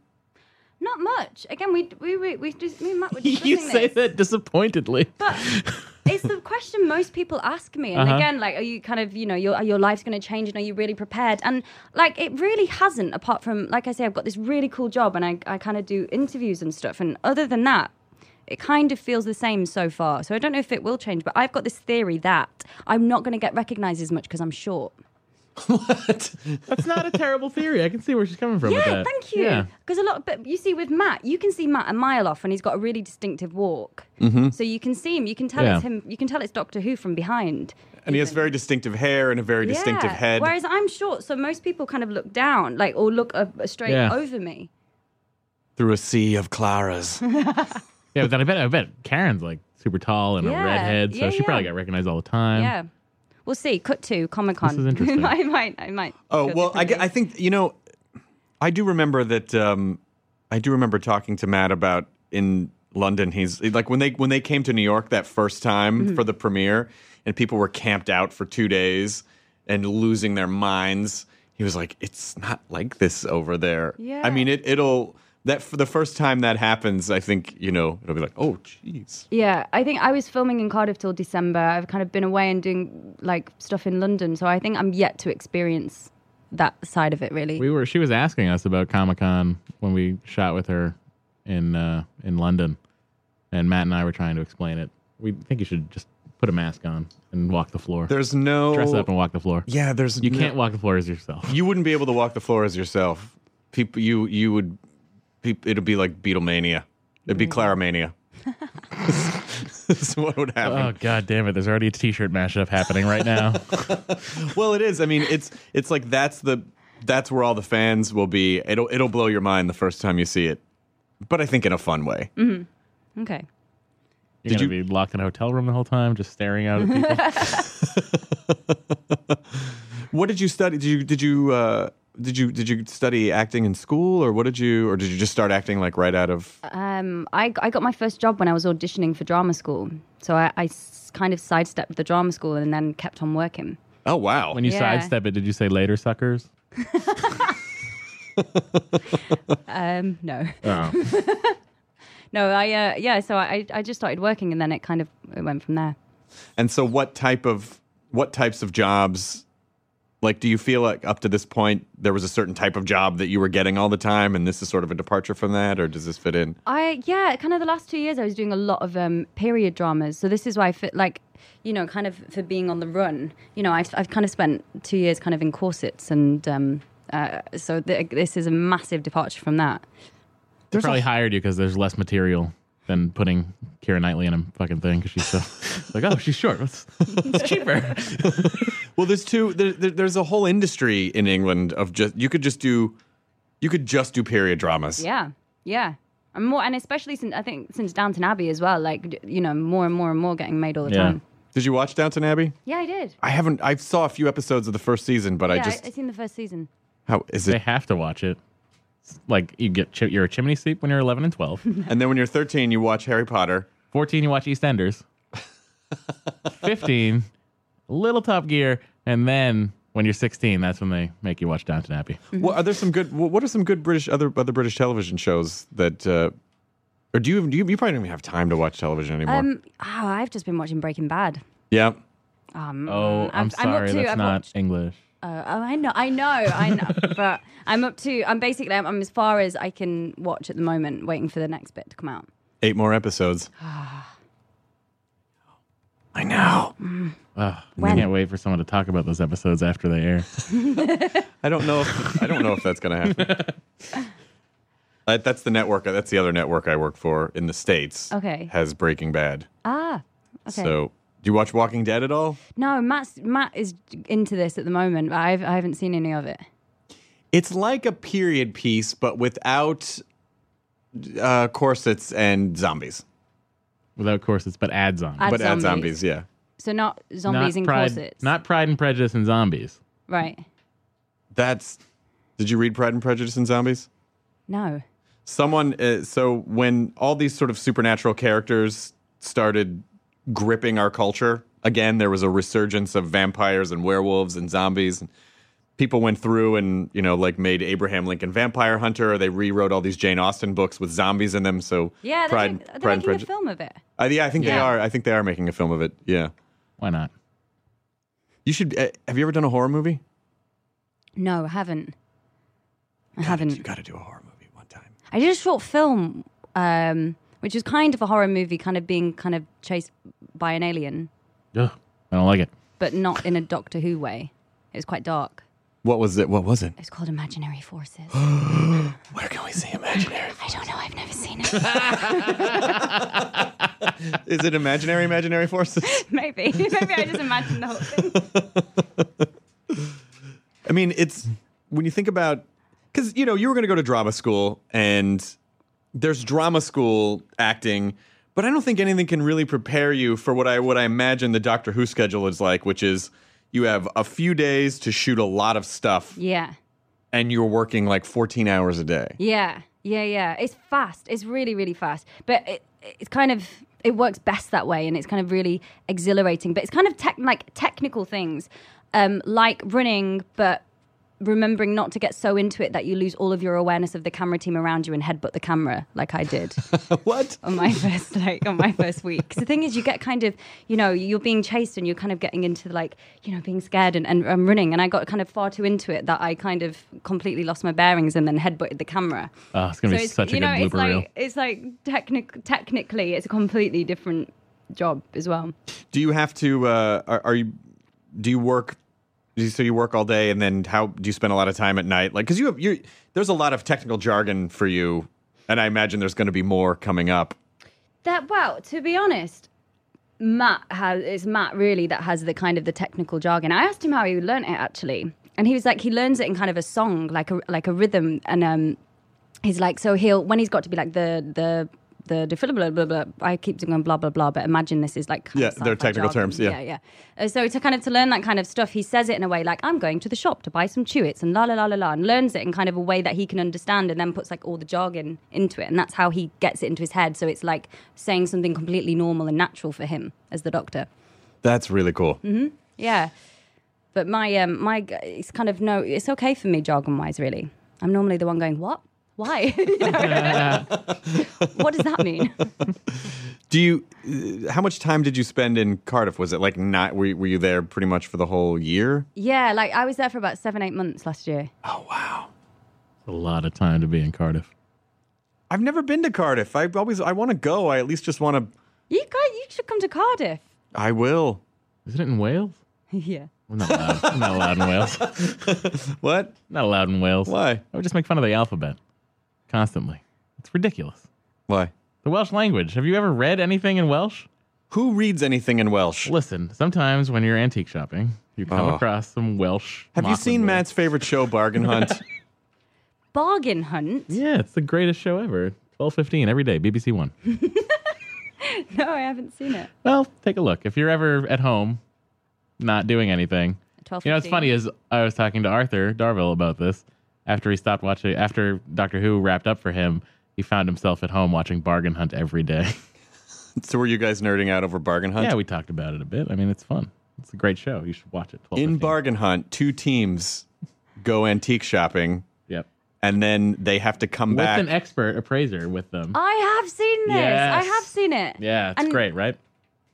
Not much. Again, we we we, we just me and Matt were discussing you say this. that disappointedly. But it's the question most people ask me. And Uh-huh. again, like, are you kind of, you know, your, are your life's going to change and are you really prepared? And like, it really hasn't, apart from, like I say, I've got this really cool job and I, I kind of do interviews and stuff. And other than that, it kind of feels the same so far. So I don't know if it will change, but I've got this theory that I'm not going to get recognized as much because I'm short. That's not a terrible theory. I can see where she's coming from. with Yeah, that. thank you. Yeah. Because a lot, but you see, with Matt, you can see Matt a mile off, and he's got a really distinctive walk. So you can see him. You can tell it's Mm-hmm. Yeah. him. You can tell it's Doctor Who from behind. And he has very distinctive hair and a very distinctive Yeah. head. Whereas I'm short, so most people kind of look down, like or look up, straight Yeah. over me. Through a sea of Claras. Yeah, but then I bet I bet Karen's like super tall and Yeah, a redhead, so yeah, she yeah. probably got recognized all the time. yeah, we'll see. Cut to Comic Con. This is interesting. I might, I might. Oh go well, I, differently. I think you know, I do remember that. Um, I do remember talking to Matt about in London. He's like when they when they came to New York that first time for the premiere, and people were camped out for two days and losing their minds. He was like, "It's not like this over there." I Yeah. mean, it it'll that for the first time that happens. I think you know it'll be like, "Oh, jeez." Yeah, I think I was filming in Cardiff till December. I've kind of been away and doing like stuff in London, so I think I'm yet to experience that side of it really. We were she was asking us about Comic Con when we shot with her in uh in London. And Matt and I were trying to explain it. We think you should just put a mask on and walk the floor. There's no Dress up and walk the floor. yeah. There's You no- can't walk the floor as yourself. you wouldn't be able to walk the floor as yourself. People, you you would. Peop it'd be like Beatlemania. It'd be Claromania. That's what would Oh happen. god damn it, there's already a t shirt mashup happening right now. Well, it is. I mean, it's it's like that's the that's where all the fans will be. It'll it'll blow your mind the first time you see it, but I think in a fun way. Okay. You're Did gonna be locked in a hotel room the whole time, just staring out at people. What did you study? Did you did you uh, did you did you study acting in school, or what did you, or did you just start acting like right out of? Um, I, I got my first job when I was auditioning for drama school. So I, I s- kind of sidestepped the drama school and then kept on working. Oh wow! when you Yeah. sidestep it, did you say later suckers? Um, no. Oh. No, I, uh, yeah, so I, I just started working and then it kind of it went from there. And so, what type of what types of jobs? Like, do you feel like up to this point there was a certain type of job that you were getting all the time, and this is sort of a departure from that, or does this fit in? I yeah, kind of the last two years I was doing a lot of um, period dramas. So this is why I fit like, you know, kind of for being on the run. You know, I've, I've kind of spent two years kind of in corsets and um, uh, so th- this is a massive departure from that. They probably hired you because there's less material than putting Kira Knightley in a fucking thing because she's so like, oh, she's short. It's, it's cheaper. Well, there's two. There, there, there's a whole industry in England of just you could just do, you could just do period dramas. Yeah, yeah. And more, and especially since I think since Downton Abbey as well. Like d- you know, more and more and more getting made all the Yeah. time. Did you watch Downton Abbey? Yeah, I did. I haven't. I saw a few episodes of the first season, but I yeah, just I, I seen the first season. how is they it? have to watch it. It's Like you get chi- you're a chimney sweep when you're 11 and 12. And then when you're 13, you watch Harry Potter. 14, you watch EastEnders. 15, Little Top Gear, and then when you're 16, that's when they make you watch Downton Abbey. Mm, Well, are there some good? wh- What are some good British other other British television shows that? Uh, or do you, even- do you you probably don't even have time to watch television anymore? Um, oh, I've just been watching Breaking Bad. yeah, Um, Oh, I'm I've- sorry, up to, that's I've not watched- English. Oh, oh, I know, I know, I know. but I'm up to. I'm basically. I'm, I'm as far as I can watch at the moment, waiting for the next bit to come out. eight more episodes. I know. Ugh, I When- can't wait for someone to talk about those episodes after they air. I don't know. If, I don't know if that's going to happen. Uh, that's the network. That's the other network I work for in the states. Okay. has Breaking Bad. Ah, okay. So, do you watch Walking Dead at all? no, Matt's Matt is into this at the moment, but I've, I haven't seen any of it. It's like a period piece, but without uh, corsets and zombies, Without corsets, but ads on. Add but add zombies. zombies. Yeah. So not zombies in pride, corsets. Not Pride and Prejudice and Zombies. right. That's. Did you read Pride and Prejudice and Zombies? No. Someone. Uh, so when all these sort of supernatural characters started gripping our culture, again there was a resurgence of vampires and werewolves and zombies and people went through and you know like made Abraham Lincoln Vampire Hunter. They rewrote all these Jane Austen books with zombies in them. So Yeah, they're, Pride, doing- they're Pride and making a Prejudice. film of it. Uh, yeah, I think they Yeah. are. I think they are making a film of it. Yeah, Why not? you should. Uh, have you ever done a horror movie? No, I haven't. I You haven't. got to do a horror movie one time. I did a short film, um, which is kind of a horror movie, kind of being kind of chased by an alien, Ugh, I don't like it. but not in a Doctor Who way. It was quite dark. What was it? What was it? It was called Imaginary Forces. Where can we see imaginary? I don't know. I've never seen it. Is it imaginary? Imaginary forces? Maybe. Maybe I just imagined the whole thing. I mean, it's when you think about because you know you were going to go to drama school and there's drama school acting, but I don't think anything can really prepare you for what I what I imagine the Doctor Who schedule is like, which is you have a few days to shoot a lot of stuff Yeah. and you're working like 14 hours a day. Yeah. Yeah. Yeah. It's fast. It's really, really fast. But it, it's kind of. It works best that way, and it's kind of really exhilarating. But it's kind of tech, like technical things, um, like running, but remembering not to get so into it that you lose all of your awareness of the camera team around you and headbutt the camera, like I did. What? on my first like on my first week. 'Cause the thing is, you get kind of you know you're being chased and you're kind of getting into like you know being scared and, and, and running. And I got kind of far too into it that I kind of completely lost my bearings and then headbutted the camera. Oh, it's gonna be it's, such a you good know blooper it's like reel. it's like technic- technically it's a completely different job as well. Do you have to? Uh, are, are you? Do you work? do you- So you work all day, and then how do you spend a lot of time at night? Like, because you have you. There's a lot of technical jargon for you, and I imagine there's going to be more coming up. That well, to be honest, Matt has it's Matt really that has the kind of the technical jargon. I asked him how he learnt it actually, and he was like he learns it in kind of a song, like a like a rhythm, and um, he's like so he'll when he's got to be like the the. The defibrillator, blah, blah, blah. I keep going blah, blah, blah, but imagine this is like. kind Yeah, of they're sci-fi technical jargon. terms, yeah. Yeah, yeah. Uh, so to kind of to learn that kind of stuff, he says it in a way like, I'm going to the shop to buy some Chewits and la, la, la, la, la, and learns it in kind of a way that he can understand and then puts like all the jargon into it. And that's how he gets it into his head. So it's like saying something completely normal and natural for him as the doctor. That's really cool. Yeah. But my um my g- it's kind of no it's okay for me jargon wise really. I'm normally the one going what why You know? what does that mean? Do you? uh, How much time did you spend in Cardiff? Was it like not? Were, you- were you there pretty much for the whole year? Yeah, like I was there for about seven eight months last year. Oh wow! a lot of time to be in Cardiff. I've never been to Cardiff. I always I want to go. I at least just want to. You guys you should come to Cardiff. I will. Isn't it in Wales? yeah. We're not allowed. we're not allowed in Wales. What? Not allowed in Wales. Why? I would just make fun of the alphabet constantly. It's ridiculous. Why? The Welsh language. Have you ever read anything in Welsh? Who reads anything in Welsh? Listen, sometimes when you're antique shopping, you come Oh. across some Welsh. Have you mock seen linguists. Matt's favorite show, Bargain Hunt? Bargain hunt? Yeah, it's the greatest show ever. Twelve fifteen every day, BBC One. No, I haven't seen it. well, take a look. If you're ever at home, not doing anything, Twelve. You know, what's funny is I was talking to Arthur Darville about this after he stopped watching. After Doctor Who wrapped up for him, he found himself at home watching Bargain Hunt every day. so were you guys nerding out over Bargain Hunt? yeah, we talked about it a bit. I mean, it's fun. It's a great show. You should watch it. 12, in Bargain Hunt, two teams go antique shopping, yep, and then they have to come back. with an expert appraiser with them. I have seen this. Yes. I have seen it. yeah, it's Oh, and- great, right?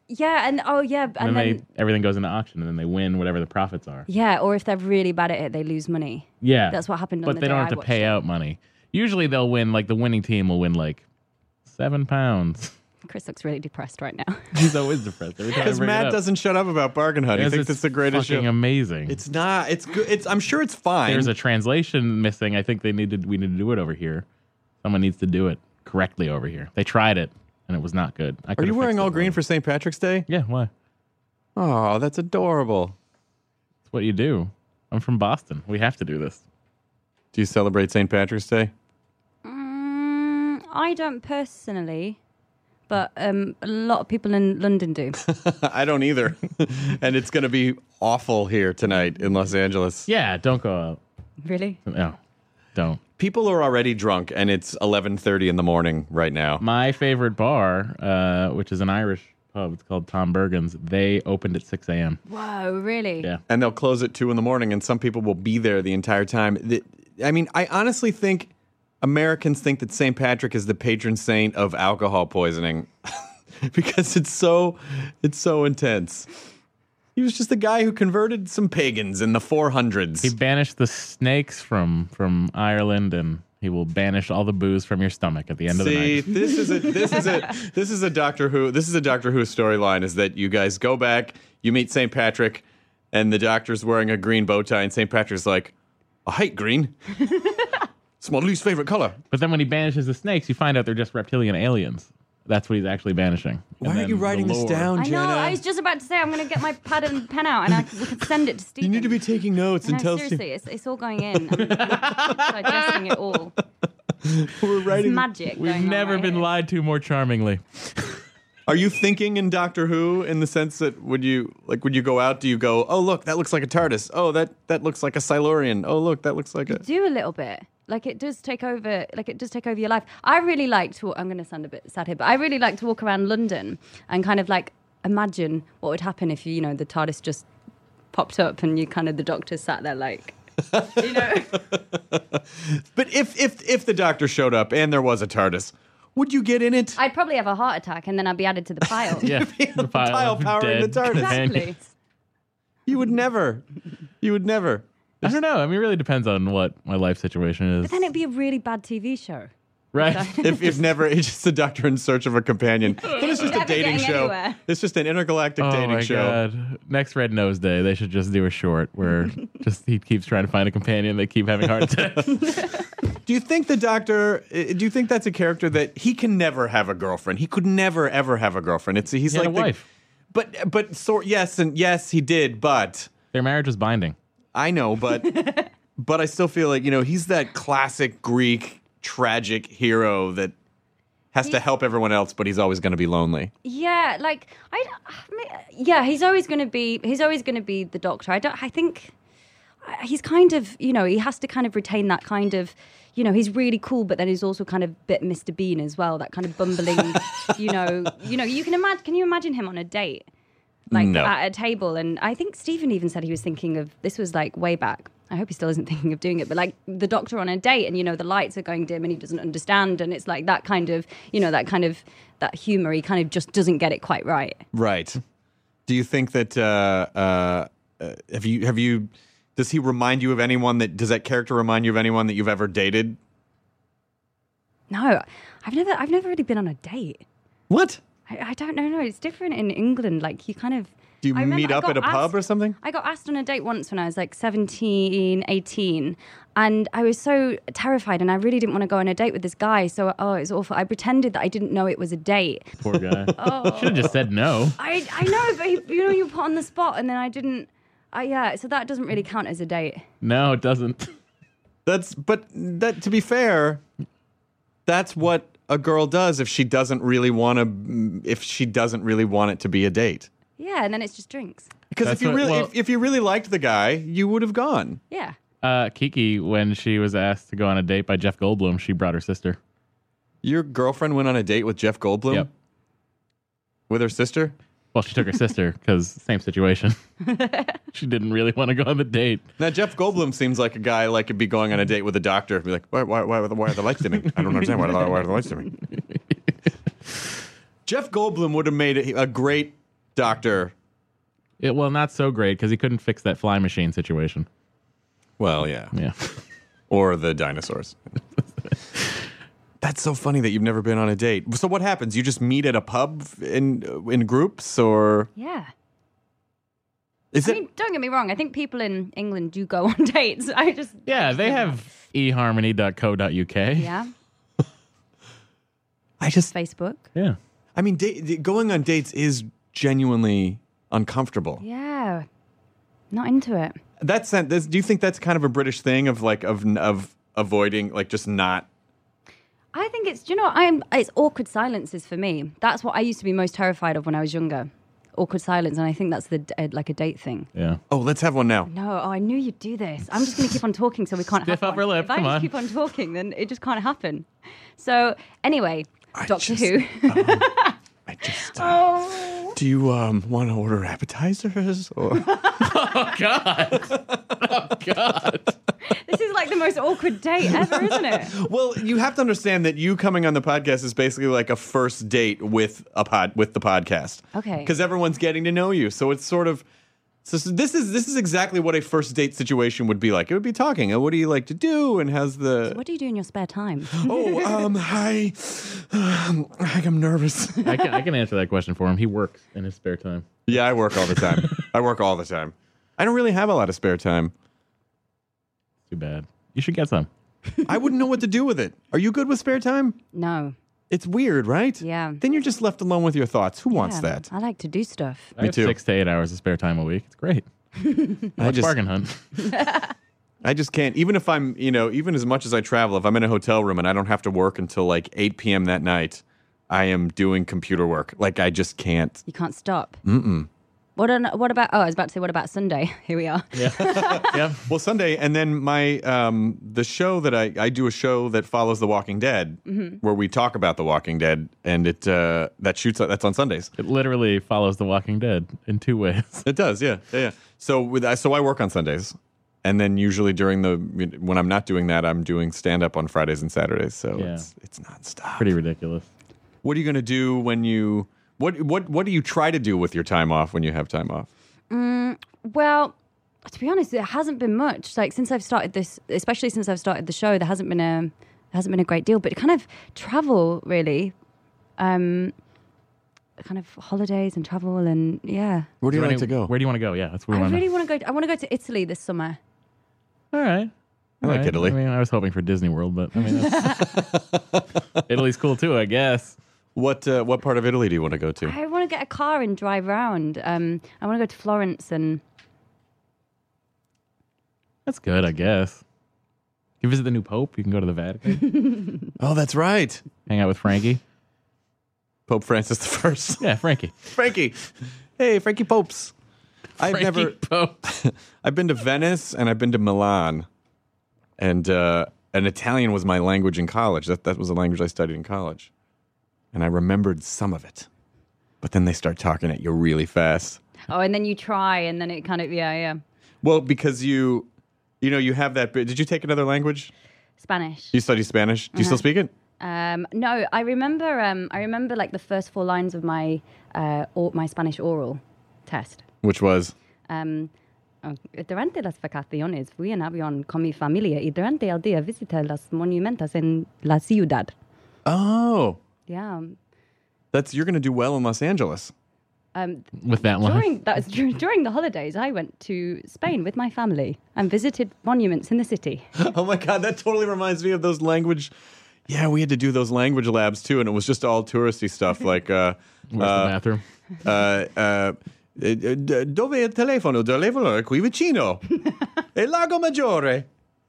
Yeah, and oh yeah, and, And, then, then, they everything goes into auction, and then they win whatever the profits are. yeah, or if they're really bad at it, they lose money. Yeah, That's what happened on But the they day don't I have to watched pay it. out money. Usually, they'll win. Like the winning team will win like seven pounds. Chris looks really depressed right now. He's always depressed every time. I Because bring it Matt up. doesn't shut up about Bargain Hunt. He Yes, thinks it's the greatest show. fucking amazing. it's not. It's good. It's. I'm sure it's fine. there's a translation missing. I think they needed we need to do it over here. Someone needs to do it correctly over here. They tried it and it was not good. I Are could've you wearing fixed it all green over. for St. Patrick's Day? Yeah, why? Oh, that's adorable. It's what you do. I'm from Boston. We have to do this. Do you celebrate St. Patrick's Day? Mm, I don't personally, but um, a lot of people in London do. I don't either. and it's going to be awful here tonight in Los Angeles. Yeah, don't go out. really? No. Don't. People are already drunk and it's 11:30 in the morning right now. My favorite bar, uh, which is an Irish pub. It's called Tom Bergen's. They opened at 6 a.m. Whoa, really? Yeah. and they'll close at two in the morning, and some people will be there the entire time. The- I mean, I honestly think Americans think that St. Patrick is the patron saint of alcohol poisoning because it's so it's so intense. He was just a guy who converted some pagans in the 400s. He banished the snakes from from Ireland, and he will banish all the booze from your stomach at the end of the See, night. this is a this is a this is a Doctor Who this is a Doctor Who storyline is that you guys go back, you meet St. Patrick, and the doctor's wearing a green bow tie, and St. Patrick's like, I hate green. it's my least favorite color. But then when he banishes the snakes, you find out they're just reptilian aliens. That's what he's actually banishing. And Why are then you the writing this lore- down, I know. Jenna? I was just about to say I'm going to get my pad and pen out and I can send it to Steve. you need to be taking notes No, and tell seriously, it's, it's all going in. I'm digesting it all. Steve we're It's writing. magic. We've going on never right been here. lied to more charmingly. Are you thinking in Doctor Who in the sense that would you like would you go out? Do you go? Oh look, that looks like a TARDIS. Oh that that looks like a Silurian. Oh look, that looks like a. do a little bit. Like it does take over. Like it does take over your life. I really like to. I'm going to sound a bit sad here, but I really like to walk around London and kind of like imagine what would happen if you know the TARDIS just popped up and you kind of the doctor sat there like. you know, But if if if the Doctor showed up and there was a TARDIS, would you get in it? I'd probably have a heart attack and then I'd be added to the pile. Yeah, The pile powering the TARDIS. exactly. You would never. You would never. I don't know. I mean, it really depends on what my life situation is. Then it'd be a really bad TV show. right? If, if never, it's just the doctor in search of a companion. Then it's just a Never dating getting show. anywhere. It's just an intergalactic Oh dating my show. god! Next Red Nose Day, they should just do a short where just he keeps trying to find a companion. They keep having heart attacks. Do you think the doctor? uh, Do you think that's a character that he can never have a girlfriend? He could never ever have a girlfriend. It's he's He had like a the- wife. But but sort yes and yes he did. But Their marriage was binding. I know, but but I still feel like you know he's that classic Greek tragic hero that has to help everyone else, but he's always going to be lonely. Yeah, like I, don't- I mean, yeah, he's always going to be he's always going to be the doctor. I don't I think I- he's kind of, you know, he has to kind of retain that kind of you know, he's really cool, but then he's also kind of a bit Mr. Bean as well. That kind of bumbling, you know, you know. You can imagine. Can you imagine him on a date, like No. at a table? And I think Stephen even said he was thinking of this was like way back. I hope he still isn't thinking of doing it, but like the doctor on a date, and you know the lights are going dim, and he doesn't understand, and it's like that kind of, you know, that kind of that humor. He kind of just doesn't get it quite right. Right. Do you think that uh, uh, uh, have you have you does he remind you of anyone that does that character remind you of anyone that you've ever dated? No, I've never, I've never really been on a date. What? I, I don't know. No, it's different in England. Like you kind of. Do you I remember meet I up got at a pub asked- or something? I got asked on a date once when I was like 17, 18, and I was so terrified and I really didn't want to go on a date with this guy. So, oh, it was awful. I pretended that I didn't know it was a date. Poor guy. Oh. Should have just said no. I, I know, but he, you know, you put on the spot and then I didn't. I, yeah, so that doesn't really count as a date. No, it doesn't. That's but that to be fair, that's what a girl does if she doesn't really want to if she doesn't really want it to be a date. Yeah, and then it's just drinks. Because if That's you what- really well- if, if you really liked the guy, you would have gone. Yeah. Uh, Kiki, when she was asked to go on a date by Jeff Goldblum, she brought her sister. Your girlfriend went on a date with Jeff Goldblum Yep. with her sister. Well, she took her sister because same situation. she didn't really want to go on the date. Now Jeff Goldblum seems like a guy like could be going on a date with a doctor and be like, why, why, why, why are the lights dimming? I don't understand why, why are the lights dimming. Jeff Goldblum would have made a, a great doctor. It, well, not so great because he couldn't fix that fly machine situation. Well, yeah, Yeah. or the dinosaurs. That's so funny that you've never been on a date. So what happens? You just meet at a pub in in groups, or Yeah. is I it? mean, don't get me wrong. I think people in England do go on dates. I just. Yeah, they have eharmony.co.uk. Yeah. I just, Facebook. Yeah. I mean, da- going on dates is genuinely uncomfortable. Yeah. Not into it. That's that's- do you think that's kind of a British thing of like of of avoiding like just not I think it's do you know what? I'm it's awkward silences for me. That's what I used to be most terrified of when I was younger. Awkward silence, and I think that's the d- uh, like a date thing. Yeah. oh let's have one now. No, oh, I knew you'd do this. I'm just going to keep on talking so we can't. Stiff have upper one. lip, If come I just on. keep on talking, then it just can't happen. So anyway, Doctor just- Who. I I just. Uh, Do you um, want to order appetizers? Or This is like the most awkward date ever, isn't it? well, you have to understand that you coming on the podcast is basically like a first date with a pod with the podcast. Okay. Because everyone's getting to know you, so it's sort of. So, so this is this is exactly what a first date situation would be like. It would be talking. And what do you like to do? And how's the What do you do in your spare time? oh, um, hi. Um, I'm nervous. I can, I can answer that question for him. He works in his spare time. Yeah, I work all the time. I work all the time. I don't really have a lot of spare time. Too bad. You should get some. I wouldn't know what to do with it. Are you good with spare time? No. It's weird, right? Yeah. Then you're just left alone with your thoughts. Who wants Yeah, that? I like to do stuff. I have too. Six to eight hours of spare time a week. It's great. I Let's just, bargain hunt. I just can't. Even if I'm, you know, even as much as I travel, if I'm in a hotel room and I don't have to work until like 8 p.m. that night, I am doing computer work. Like I just can't. You can't stop. Mm-mm. What, on, what about, oh, I was about to say, what about Sunday? Here we are. yeah. Well, Sunday, and then my um, the show that I I do a show that follows The Walking Dead, where we talk about The Walking Dead, and it uh, that shoots that's on Sundays. It literally follows The Walking Dead in two ways. It does, yeah, yeah. yeah. So with I- so I work on Sundays, and then usually during the when I'm not doing that, I'm doing stand up on Fridays and Saturdays. So Yeah. it's it's nonstop. Pretty ridiculous. What are you gonna do when you what what what do you try to do with your time off when you have time off? Well, to be honest, there hasn't been much. Like since I've started this, especially since I've started the show, there hasn't been a there hasn't been a great deal. But kind of travel, really, um, kind of holidays and travel, and yeah, Where do you like wanna- to go? Where do you want to go? Yeah, that's where we I want really want to go. I want to go to Italy this summer. to. All right. I like All right. Italy. I mean, I was hoping for Disney World, but I mean, that's- Italy's cool too, I guess. what uh, what part of Italy do you want to go to? I want to get a car and drive around. Um, I want to go to Florence and That's good, I guess. You visit the new Pope. You can go to the Vatican. oh, that's right, hang out with Frankie. Pope Francis the First. Yeah, Frankie. Frankie. Hey, Frankie Popes. I've Frankie never. Pope. I've been to Venice and I've been to Milan, and uh, and Italian was my language in college. That that was the language I studied in college, and I remembered some of it. But then they start talking at you really fast. oh, and then you try, and then it kind of yeah, yeah, Well, because you, you know, you have that. bit- Did you take another language? Spanish. You study Spanish. Do you still speak it? Um, no, I remember. Um, I remember like the first four lines of my uh, or, my Spanish oral test. Which was Um, oh, durante las vacaciones fui en avión con mi familia y durante el día visité los monumentos en la ciudad. oh, Yeah. that's you're gonna do well in Los Angeles. Um, With that line. during that was dur- during the holidays, I went to Spain with my family and visited monuments in the city. Oh my god, that totally reminds me of those language. Yeah, we had to do those language labs too, and it was just all touristy stuff like. Uh, Where's the uh, bathroom? uh, uh, eh, d- Dove è il telefono del lavoro qui vicino? E Lago Maggiore.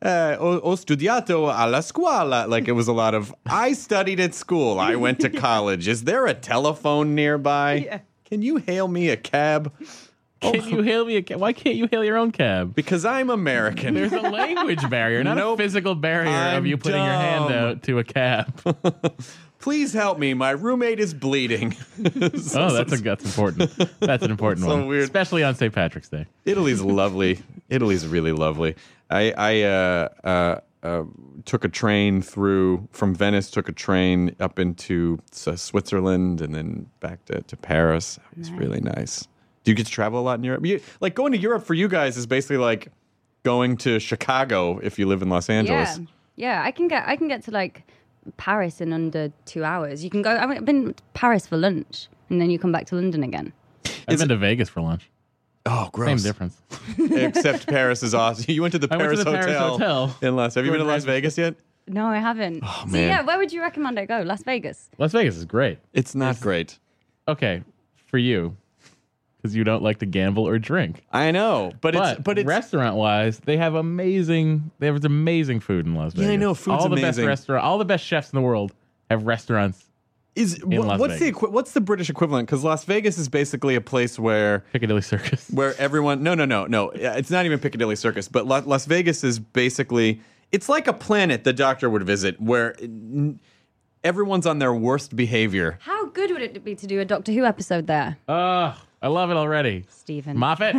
Eh, ho, ho studiato alla scuola. Like it was a lot of, I studied at school. I went to college. Is there a telephone nearby? Can you hail me a cab? oh. Can you hail me a cab? Why can't you hail your own cab? Because I'm American. There's a language barrier, not Nope. a physical barrier I'm of you putting your hand dumb. out to a cab. Oh, Please help me. My roommate is bleeding. oh, that's a that's important. That's an important So one, weird. especially on St. Patrick's Day. Italy's lovely. Italy's really lovely. I I uh, uh, uh, took a train through from Venice, took a train up into S- Switzerland, and then back to, to Paris. It was really nice. Do you get to travel a lot in Europe? You, like going to Europe for you guys is basically like going to Chicago if you live in Los Angeles. Yeah, yeah. I can get I can get to like Paris in under two hours. You can go. I mean, I've been to Paris for lunch, and then you come back to London again. I've been to Vegas for lunch. Oh, Same gross! difference. Except Paris is awesome. You went to the, I went Paris, to the Paris hotel Hotel. in Las. Have you been to Las Vegas yet? No, I haven't. so Oh, man. yeah, where would you recommend I go? Las Vegas. Las Vegas is great. It's not great. Okay, for you, because you don't like to gamble or drink. I know, but, it's But, but it's restaurant wise, they have amazing. They have amazing food in Las Vegas. I know, food's all the best amazing. restaurant, all the best chefs in the world have restaurants. is wha- Las what's Vegas. the equi- what's the British equivalent? Because Las Vegas is basically a place where Piccadilly Circus. where everyone no no no no yeah, it's not even Piccadilly Circus, but La- Las Vegas is basically it's like a planet the doctor would visit where. n- everyone's on their worst behavior. How good would it be to do a Doctor Who episode there, Oh, I love it already. Stephen? Moffat?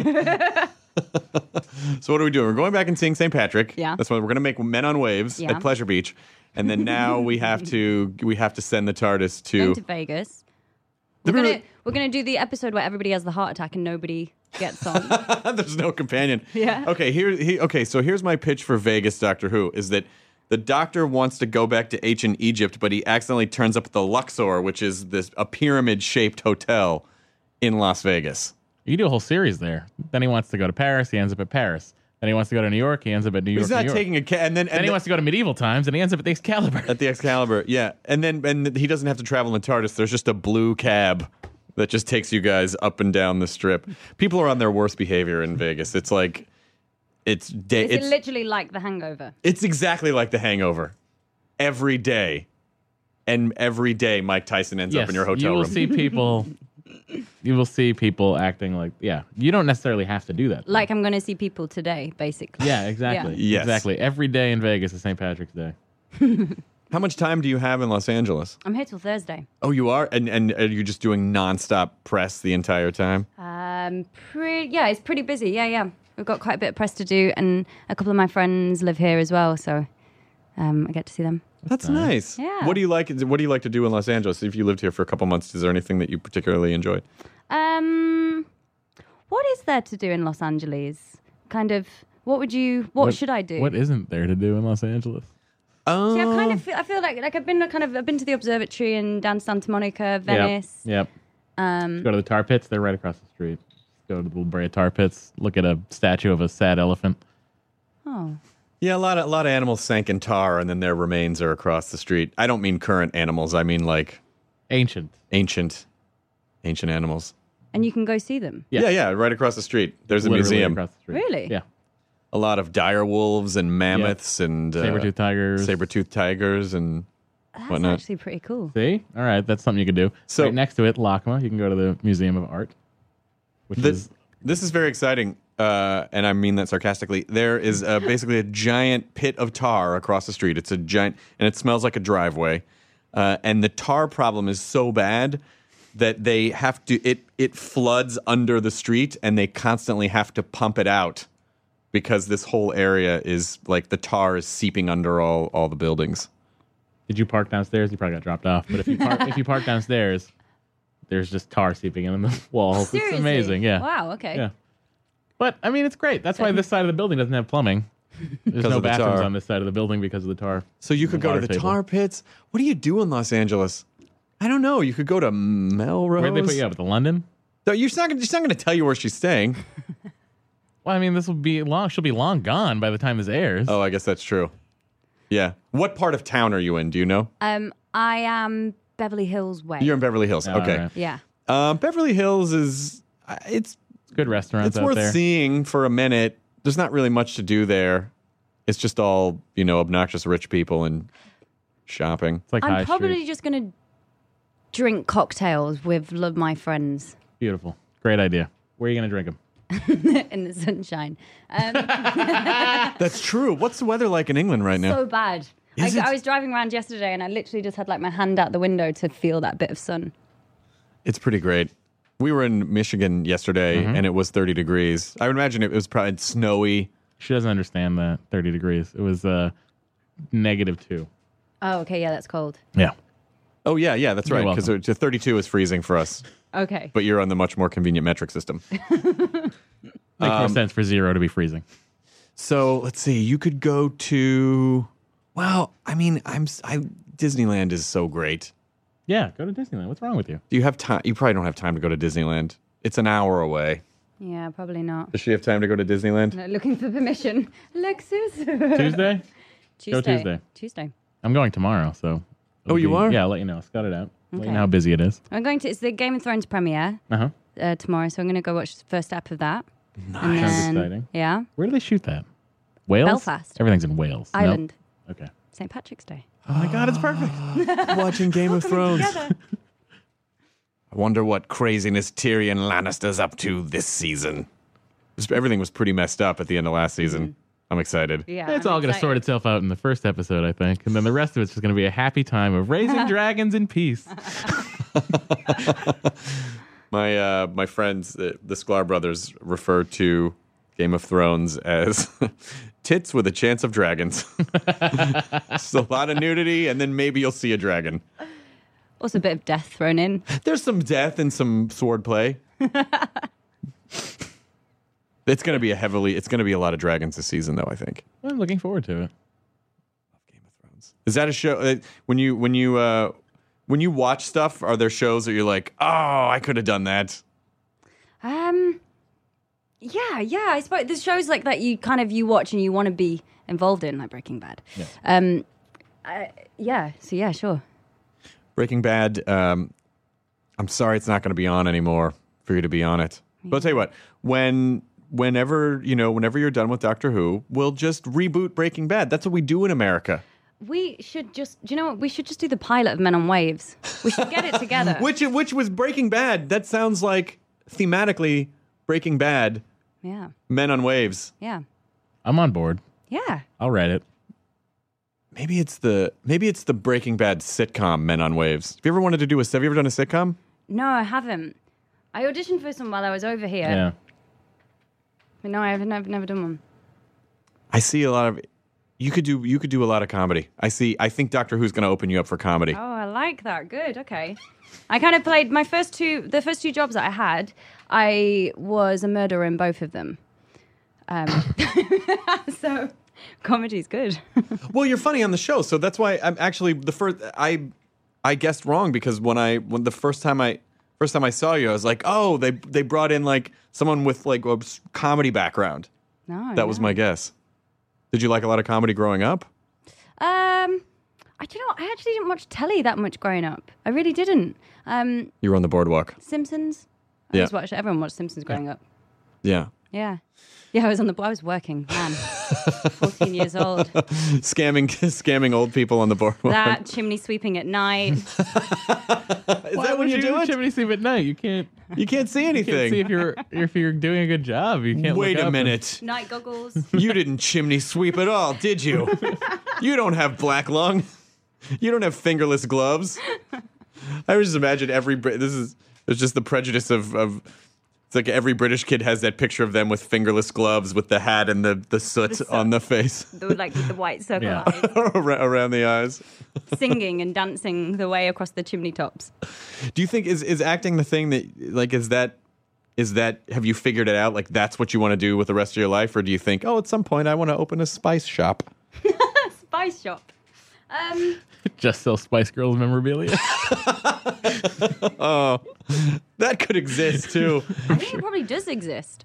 So what are we doing? We're going back and seeing St. Patrick. Yeah. That's why we're gonna make Men on Waves Yeah. at Pleasure Beach, and then now we have to we have to send the TARDIS Going to. to Vegas. The We're gonna Bru- we're gonna do the episode where everybody has the heart attack and nobody gets on. There's no companion. Yeah. Okay. Here. He, okay. So here's my pitch for Vegas Doctor Who is that. The doctor wants to go back to ancient Egypt, but he accidentally turns up at the Luxor, which is this a pyramid-shaped hotel in Las Vegas. you can do a whole series there. Then he wants to go to Paris. He ends up at Paris. Then he wants to go to New York. He ends up at New York. He's not New York. taking a ca- and then Then and he wants to go to medieval times, and he ends up at the Excalibur. At the Excalibur, yeah, and then and he doesn't have to travel in the TARDIS. There's just a blue cab that just takes you guys up and down the strip. People are on their worst behavior in Vegas. It's like it's day. Is It's it literally like The Hangover? it's exactly like The Hangover, every day, and every day Mike Tyson ends up in your hotel you will room. see people. you will see people acting like yeah. You don't necessarily have to do that. Like I'm gonna see people today, basically. yeah, exactly. Yes. Exactly. Every day in Vegas is St. Patrick's Day. How much time do you have in Los Angeles? I'm here till Thursday. Oh, you are, and and are you just doing nonstop press the entire time? Um, pretty, yeah, it's pretty busy. Yeah, yeah. We've got quite a bit of press to do, and a couple of my friends live here as well, so um, I get to see them. That's nice. Yeah. What do you like? What do you like to do in Los Angeles? If you lived here for a couple months, is there anything that you particularly enjoyed? Um, what is there to do in Los Angeles? Kind of, what would you? What, should I do? What isn't there to do in Los Angeles? Um, See, I kind of feel, I feel like like I've been to kind of I've been to the observatory and down to Santa Monica, Venice. Yep. yep. Um, Go to the tar pits. They're right across the street. Go to the little Brea tar pits. Look at a statue of a sad elephant. oh, yeah, a lot of a lot of animals sank in tar, and then their remains are across the street. I don't mean current animals. I mean like Ancient. ancient, ancient animals. and you can go see them. Yeah. Yeah, yeah, right across the street. There's a Literally museum. across the street. Really? Yeah. A lot of dire wolves and mammoths and uh, Saber-tooth tigers. saber-toothed tigers, and That's Whatnot. actually pretty cool. See? All right. That's something you could do. So- right next to it, LACMA. You can go to the Museum of Art, which this is this is very exciting. Uh, and I mean that sarcastically. There is uh, basically a giant pit of tar across the street. It's a giant, and it smells like a driveway. Uh, and the tar problem is so bad that they have to it it floods under the street, and they constantly have to pump it out because this whole area is like the tar is seeping under all all the buildings. Did you park downstairs? You probably got dropped off. But if you park, if you park downstairs, there's just tar seeping in the walls. Seriously? It's amazing. Yeah. Wow. Okay. Yeah. But I mean, it's great. That's why this side of the building doesn't have plumbing. There's no of the bathrooms tar. on this side of the building because of the tar. So you could go to water the table. tar pits. What do you do in Los Angeles? I don't know. You could go to Melrose. Where'd they put you up? The London? No, you're not gonna, she's not going to tell you where she's staying. Well, I mean, this will be long. She'll be long gone by the time this airs. Oh, I guess that's true. Yeah. What part of town are you in? Do you know? Um, I am Beverly Hills Way. You're in Beverly Hills. All okay. right. yeah. Um, Beverly Hills is uh, it's Good restaurants it's out worth there. seeing for a minute. There's not really much to do there. It's just all you know, obnoxious rich people and shopping. It's like I'm High probably Street. just gonna drink cocktails with love my friends Beautiful. Great idea. Where are you going to drink them? in the sunshine. Um, That's true. What's the weather like in England right now? so bad. I, Is it? I was driving around yesterday and I literally just had like my hand out the window to feel that bit of sun. It's pretty great. We were in Michigan yesterday, and it was 30 degrees. I would imagine it was probably snowy. She doesn't understand the 30 degrees. It was uh, negative two. Oh, okay, yeah, that's cold. Yeah. Oh yeah, yeah, that's You're right. Because 32 is freezing for us. Okay. but you're on the much more convenient metric system. Makes Um, more sense for zero to be freezing. so let's see. You could go to. Well, I mean, I'm. s- I Disneyland is so great. Yeah, go to Disneyland. What's wrong with you? Do you have time? You probably don't have time to go to Disneyland. It's an hour away. yeah, probably not. Does she have time to go to Disneyland? No, looking for permission. Alexis. Tuesday? Tuesday. Tuesday. Tuesday. I'm going tomorrow, so. it'll Oh, you be- are? Yeah, I'll let you know. Scout it out. Let you Okay. know how busy it is. I'm going to, it's the Game of Thrones premiere Uh Uh-huh. huh. uh, tomorrow, so I'm going to go watch the first step of that. Nice. Sounds exciting. Yeah. Where do they shoot that? Wales? Belfast. Everything's in Wales. Nope. Ireland. Okay. St. Patrick's Day. Oh my God, it's perfect. Watching Game of Thrones. I wonder what craziness Tyrion Lannister's up to this season. Just- Everything was pretty messed up at the end of last season. I I'm excited. Yeah, it's I'm all going to excited. sort itself out in the first episode, I think, and then the rest of it's just going to be a happy time of raising dragons in peace. My uh, my friends, the, the Sklar brothers, refer to Game of Thrones as tits with a chance of dragons. It's a lot of nudity, and then maybe you'll see a dragon. Also, a bit of death thrown in. There's some death and some swordplay. it's gonna be a heavily. It's gonna be a lot of dragons this season, though. I think. I'm looking forward to it. Is that a show uh, when you when you uh, when you watch stuff? Are there shows that you're like, oh, I could have done that? Um, yeah, yeah. I suppose there's shows like that you kind of you watch and you want to be involved in, like Breaking Bad. Yeah. Um, I, yeah. So yeah, sure. Breaking Bad. Um, I'm sorry, it's not going to be on anymore for you to be on it. But I'll tell you what, when whenever you know, whenever you're done with Doctor Who, we'll just reboot Breaking Bad. That's what we do in America. We should just. Do you know what? We should just do the pilot of Men on Waves. We should get it together. Which which was Breaking Bad. That sounds like thematically Breaking Bad, yeah. Men on Waves. Yeah. I'm on board. Yeah. I'll write it. Maybe it's the maybe it's the Breaking Bad sitcom Men on Waves. Have you ever wanted to do a? Have you ever done a sitcom? No, I haven't. I auditioned for some while I was over here. Yeah. But no, I haven't. I've never done one. I see a lot of. You could do you could do a lot of comedy. I see. I think Doctor Who's going to open you up for comedy. Oh, I like that. Good. Okay. I kind of played my first two, the first two jobs that I had, I was a murderer in both of them. Um, so comedy's good. Well, you're funny on the show, so that's why I'm actually the first. I I guessed wrong because when I when the first time I first time I saw you, I was like, oh, they they brought in like someone with like a s- comedy background. No. That was my guess. Did you like a lot of comedy growing up? Um, I do you know. what? I actually didn't watch telly that much growing up. I really didn't. Um, You were on the boardwalk. Simpsons. I Yeah. just watched. Everyone watched Simpsons growing up. Yeah. Yeah. Yeah, I was on the. I was working, man. Fourteen years old. Scamming scamming old people on the boardwalk. That chimney sweeping at night. Is that when you, do it? Chimney sweep at night. You can't, You can't see you can't anything. see if you're if you're doing a good job. You can't. Wait look up a and- minute. Night goggles. You didn't chimney sweep at all, did you? You don't have black lung. You don't have fingerless gloves. I would just imagine every Brit. This is it's just the prejudice of of. It's like every British kid has that picture of them with fingerless gloves, with the hat and the the soot, on the face the, like the white circle Yeah. eyes, ar- around the eyes. singing and dancing the way across the chimney tops. Do you think is is acting the thing that like is that is that have you figured it out? Like that's what you want to do with the rest of your life, or do you think oh at some point I want to open a spice shop? Spice shop. Um, Just sell Spice Girls memorabilia. That could exist too. I think it probably does exist.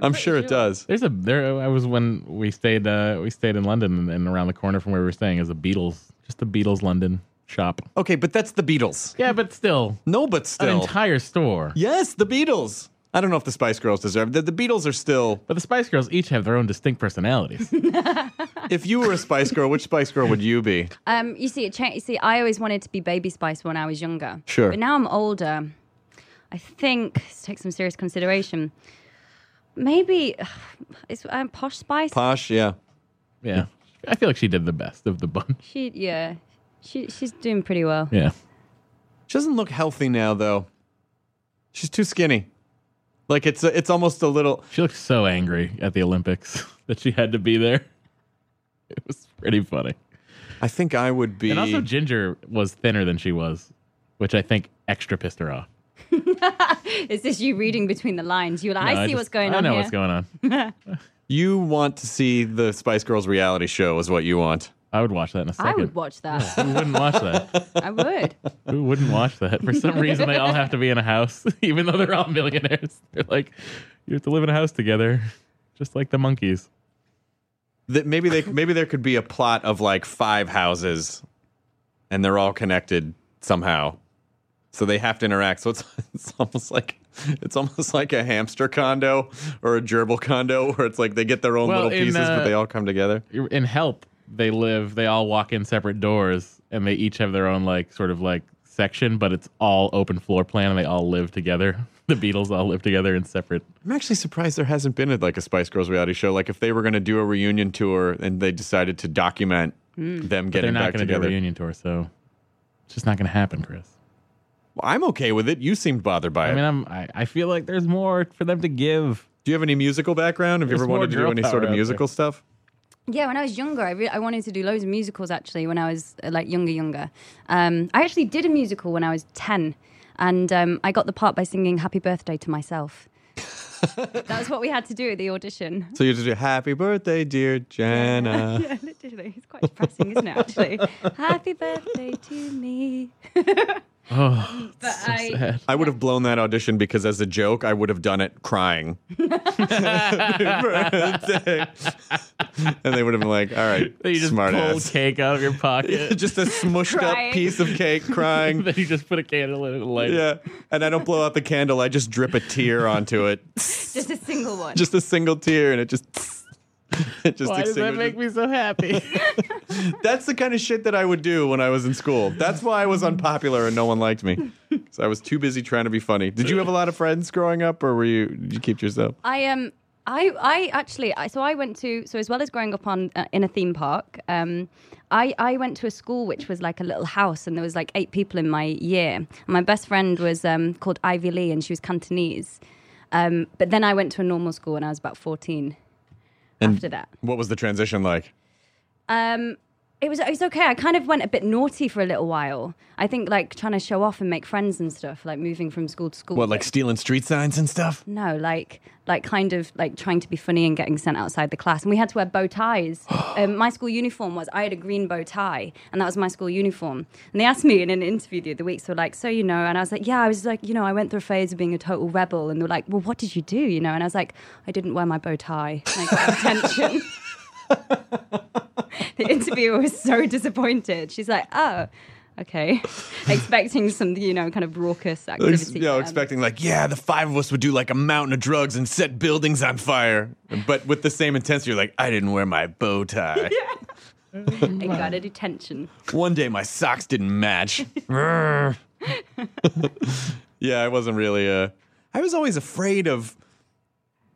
I'm sure it does. There's a there. I was when we stayed. Uh, we stayed in London, and, and around the corner from where we were staying is a Beatles, just the Beatles London shop. Okay, but that's the Beatles. Yeah, but still, No, but an still. entire store. yes, the Beatles. I don't know if the Spice Girls deserve it. The, the Beatles are still. But the Spice Girls each have their own distinct personalities. If you were a Spice Girl, which Spice Girl would you be? Um, you see, it cha- you see, I always wanted to be Baby Spice when I was younger. Sure. But now I'm older. I think this takes some serious consideration. Maybe it's um, Posh Spice. Posh, yeah. yeah, I feel like she did the best of the bunch. she, yeah, she, she's doing pretty well. Yeah, She doesn't look healthy now, though. She's too skinny. Like it's a, it's almost a little. she looked so angry at the Olympics that she had to be there. It was pretty funny. I think I would be. And also, Ginger was thinner than she was, which I think extra pissed her off. Is this you reading between the lines? You're like, I No, see just- what's going I on know here. what's going on. you want to see the Spice Girls reality show is what you want. I would watch that in a second. I would watch that. Who wouldn't watch that? I would. Who wouldn't watch that? For some reason, they all have to be in a house, even though they're all millionaires. They're like, you have to live in a house together, just like the monkeys. That maybe they maybe there could be a plot of like five houses, and they're all connected somehow, so they have to interact. So it's it's almost like it's almost like a hamster condo or a gerbil condo, where it's like they get their own Well, little in, pieces, but uh, they all come together. In Help, they live, they all walk in separate doors, and they each have their own, like, sort of like section, but it's all open floor plan, and they all live together the Beatles all live together in separate. I'm actually surprised there hasn't been a, like a Spice Girls reality show. Like if they were going to do a reunion tour and they decided to document them Hmm. They're getting not back going to do a together, reunion tour, so it's just not going to happen, Chris. Well, I'm okay with it. You seemed bothered by I it. mean, I'm, I I feel like there's more for them to give. do you have any musical background? Have you There's ever more wanted to do girl any sort power out of there. musical stuff? Yeah, when I was younger, I, re- I wanted to do loads of musicals actually when I was uh, like younger, younger. Um, I actually did a musical when I was 10 and um, I got the part by singing Happy Birthday to myself. That's what we had to do at the audition. So you just do "Happy Birthday, dear Jenna." Yeah, literally. It's quite depressing, isn't it, actually? Happy birthday to me. Oh, But so I- sad. I would have blown that audition because, as a joke, I would have done it crying. Birthday. and they would have been like, "All right, You just smart pull ass." cake out of your pocket. just a smushed Crying. up piece of cake crying. then you just put a candle in it and light it. yeah, and I don't blow out the candle. I just drip a tear onto it, Just a single one. just a single tear, and it just. It just Why does that extinguishes. make me so happy? That's the kind of shit that I would do when I was in school. That's why I was unpopular and no one liked me. So I was too busy trying to be funny. Did you have a lot of friends growing up, or were you did you keep to yourself? I Um, I, I actually I, so I went to so as well as growing up on uh, in a theme park um, I, I went to a school which was like a little house and there was like eight people in my year and my best friend was um, called Ivy Lee and she was Cantonese um, but then I went to a normal school when I was about 14 after that What was the transition like? um, it was it was okay. I kind of went a bit naughty for a little while. I think like trying to show off and make friends and stuff, like moving from school to school. What, like stealing street signs and stuff? no, like like kind of like trying to be funny and getting sent outside the class. And we had to wear bow ties. um, my school uniform was I had a green bow tie, and that was my school uniform. And they asked me in an interview the other week, so like, so you know, and I was like, yeah, I was like, you know, I went through a phase of being a total rebel, and they were like, well, what did you do, you know? And I was like, I didn't wear my bow tie. And I got attention. the interviewer was so disappointed. She's like, oh. Okay, expecting some, you know, kind of Ex- raucous activity. you know, Um, expecting like, yeah, the five of us would do like a mountain of drugs and set buildings on fire, but with the same intensity. You're like, I didn't wear my bow tie. I got a detention. One day my socks didn't match. Rrr. yeah, I wasn't really uh I was always afraid of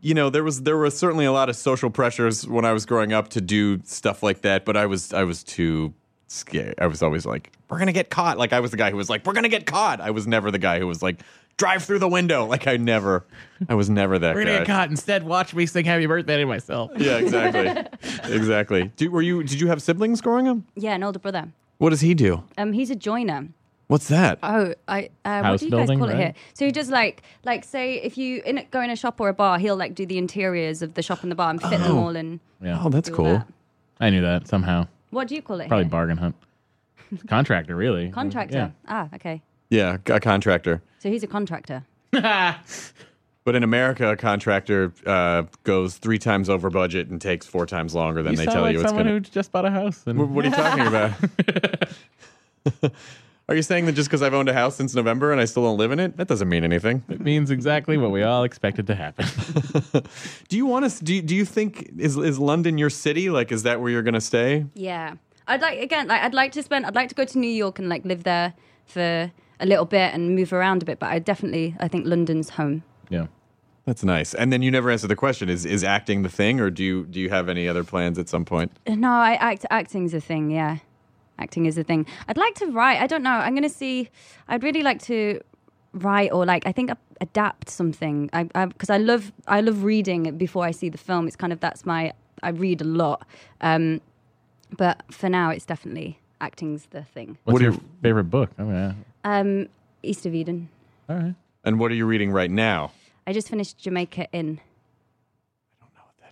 you know, there was there were certainly a lot of social pressures when I was growing up to do stuff like that, but I was I was too scared. I was always like, we're going to get caught. Like I was the guy who was like, we're going to get caught. I was never the guy who was like, drive through the window. Like I never I was never that We're guy. gonna get caught. Instead, watch me sing "Happy Birthday" to myself. Yeah, exactly. exactly. Do, were you did you have siblings growing up? Yeah, an older brother. What does he do? Um, he's a joiner. What's that? Oh, I uh, what House do you guys building, call it right? here? So he does like like say if you in go in a shop or a bar, he'll like do the interiors of the shop and the bar and fit them all in. Yeah, Oh, that's do all cool. that. I knew that somehow. What do you call it? Probably here? bargain hunt. Contractor, really. contractor. Ah, okay. Yeah, a contractor. So he's a contractor. Yeah. But in America, a contractor uh, goes three times over budget and takes four times longer than you they sound tell like you it's someone going who to. just bought a house. And What are you talking about? are you saying that just because I've owned a house since November and I still don't live in it, that doesn't mean anything? it means exactly what we all expected to happen. Do you want to? Do you, do you think is is London your city? Like, is that where you're going to stay? Yeah, I'd like again. Like, I'd like to spend. I'd like to go to New York and like live there for a little bit and move around a bit. But I definitely, I think London's home. yeah. That's nice. And then you never answered the question: is is acting the thing, or do you do you have any other plans at some point? No, I act. Acting's a thing. Yeah, acting is a thing. I'd like to write. I don't know. I'm gonna see. I'd really like to write or like. I think a- adapt something. I because I, love I love reading before I see the film. It's kind of that's my. I read a lot, um, but for now it's definitely acting's the thing. What's What do your you- favorite book? Oh yeah. Um, East of Eden. All right. And what are you reading right now? I just finished Jamaica Inn. I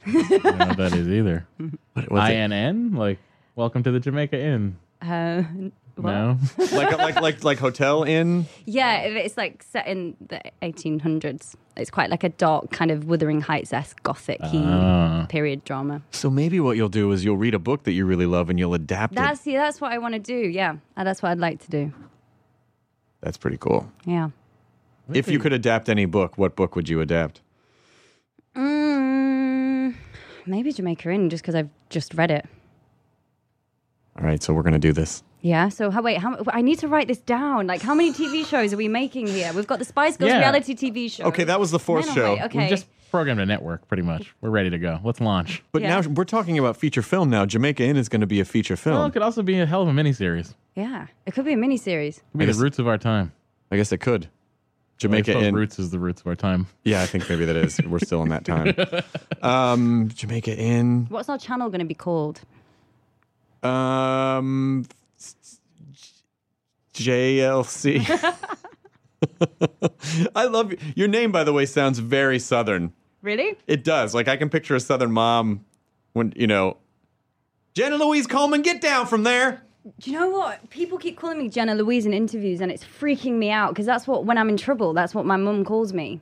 don't know what that is either. what's I N N like welcome to the Jamaica Inn. Uh, what? No. like like like like hotel in Yeah, it- it's like set in the 1800s. It's quite like a dark kind of Wuthering Heights esque gothic Ah. period drama. So maybe what you'll do is you'll read a book that you really love and you'll adapt it. That's yeah, that's what I want to do. Yeah, And that's what I'd like to do. That's pretty cool. Yeah. If you could adapt any book, what book would you adapt? Mm, maybe Jamaica Inn, just because I've just read it. All right, so we're going to do this. Yeah. So how, wait, how, I need to write this down. Like, how many TV shows are we making here? We've got the Spice Girls Yeah. reality TV show. Okay, that was the fourth Men on show. Wave, We've Okay. just programmed a network, pretty much. We're ready to go. Let's launch. But Yeah. now we're talking about feature film now. Jamaica Inn is going to be a feature film. Well, it could also be a hell of a miniseries. It yeah. It could be a miniseries. could be I the guess- roots of our time. I guess it could. I Jamaica suppose Inn. roots is the roots of our time. Yeah, I think maybe that is. We're still in that time. Um, Jamaica Inn. What's our channel going to be called? Um, JLC. I love your name, by the way, sounds very Southern. Really? It does. Like, I can picture a Southern mom when, you know, Jenna Louise Coleman, get down from there. Do you know what? People keep calling me Jenna Louise in interviews, and it's freaking me out because that's what when I'm in trouble, that's what my mum calls me.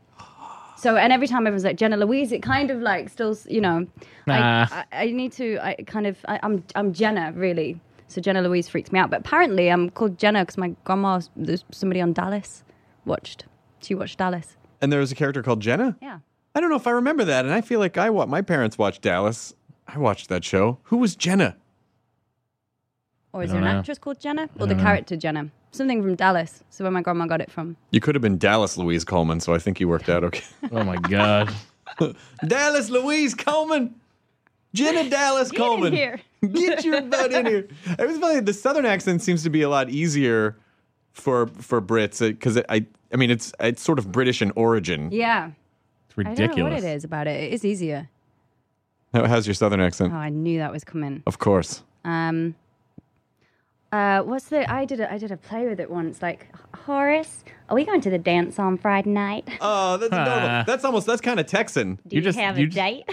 So, and every time everyone's like Jenna Louise, it kind of like still, you know, Nah. I, I, I need to. I kind of, I, I'm, I'm Jenna really. So Jenna Louise freaks me out. But apparently, I'm called Jenna because my grandma, there's somebody on Dallas, watched. She watched Dallas. And there was a character called Jenna? Yeah. I don't know if I remember that, and I feel like I wa- my parents watched Dallas. I watched that show. Who was Jenna? Or is I there an don't know. actress called Jenna? Or the character Jenna? Something from Dallas. So where my grandma got it from. You could have been Dallas Louise Coleman, so I think you worked out okay. Oh my god. Dallas Louise Coleman, Jenna Dallas Get in Coleman, here. get your butt in here. It was funny. The Southern accent seems to be a lot easier for for Brits because I I mean it's it's sort of British in origin. Yeah. It's I ridiculous. don't know what it is about it. It is easier. How- How's your Southern accent? Oh, I knew that was coming. Of course. Oh. Um, uh, what's the? I did a I did a play with it once. Like Horace, are we going to the dance on Friday night? Oh, that's Ah. adorable. that's almost that's kind of Texan. Do you you, just- have you a just- date?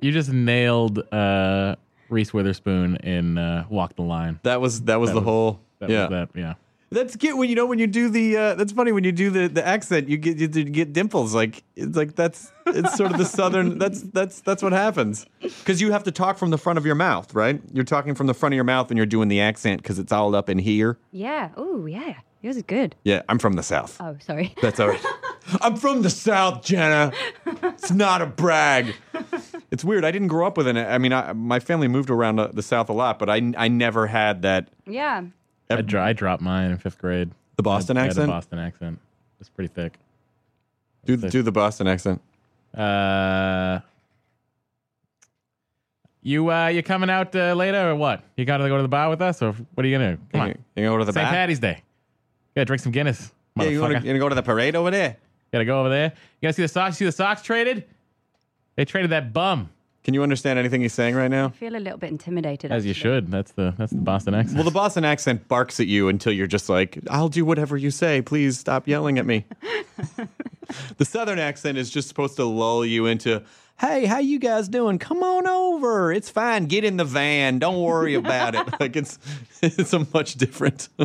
You just nailed uh, Reese Witherspoon in uh, Walk the Line. That was that was the was- whole That yeah. was that. Yeah. That's get when you know when you do the uh, that's funny when you do the, the accent you get you, do get dimples like it's like that's it's sort of the southern that's that's that's what happens because you have to talk from the front of your mouth right you're talking from the front of your mouth and you're doing the accent because it's all up in here yeah. Oh, yeah. Yours is good. yeah I'm from the south Oh, sorry. that's all right I'm from the south Jenna it's not a brag it's weird I didn't grow up with an I mean I, my family moved around uh, the south a lot but I I never had that Yeah. I, dro- I dropped mine in fifth grade. the Boston I had accent A Boston accent. It's pretty thick. do do the Boston accent Uh, you uh, you coming out uh, later or what? You got to go to the bar with us or what are you gonna do? Come on, you, you gonna go to the St. back? Patty's Day. Yeah, drink some Guinness. Yeah, you motherfucker. want to go to the parade over there? Gotta go over there. You guys see the socks? See the socks traded? They traded that bum. Can you understand anything he's saying right now? I feel a little bit intimidated. As you actually. should. That's the that's the Boston accent. Well, the Boston accent barks at you until you're just like, I'll do whatever you say. Please stop yelling at me. the Southern accent is just supposed to lull you into, hey, how you guys doing? Come on over. It's fine. Get in the van. Don't worry about it. Like it's it's a much different.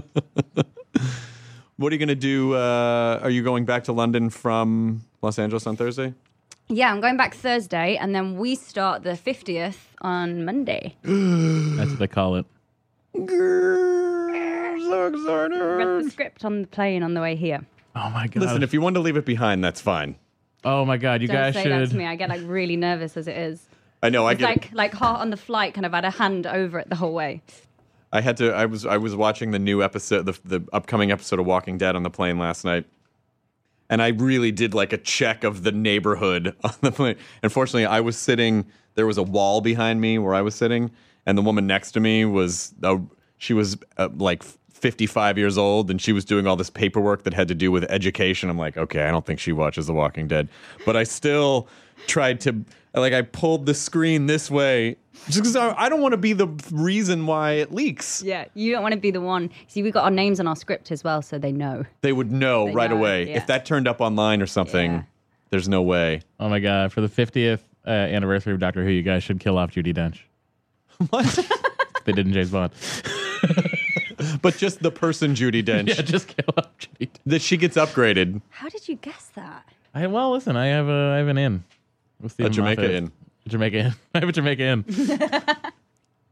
what are you gonna do? Uh, are you going back to London from Los Angeles on Thursday? Yeah, I'm going back Thursday, and then we start the 50th on Monday. that's what they call it. Grrr, so excited. Read the script on the plane on the way here. Oh my god. Listen, if you want to leave it behind, that's fine. oh my god, you Don't guys say should. that to me. I get like really nervous as it is. I know. I It's get. like like hot on the flight, kind of had a hand over it the whole way. I had to. I was. I was watching the new episode, the the upcoming episode of Walking Dead on the plane last night, and I really did like a check of the neighborhood on the plane. Unfortunately, I was sitting. There was a wall behind me where I was sitting, and the woman next to me was. Uh, she was uh, like. 55 years old and she was doing all this paperwork that had to do with education. I'm like, okay, I don't think she watches The Walking Dead. But I still tried to like I pulled the screen this way just because I, I don't want to be the reason why it leaks. Yeah, you don't want to be the one. See, we got our names on our script as well, so they know. They would know They right know, away yeah. if that turned up online or something. Yeah. There's no way. oh my god, for the 50th uh, anniversary of Doctor Who, you guys should kill off Judy Dench. What? they did in James Bond. But just the person Judy Dench Yeah, just kill off Judy. Dench. that she gets upgraded. How did you guess that? I, well, listen, I have a I have an inn. With Stephen Jamaica Moffat. inn. Jamaica inn. I have a Jamaica inn.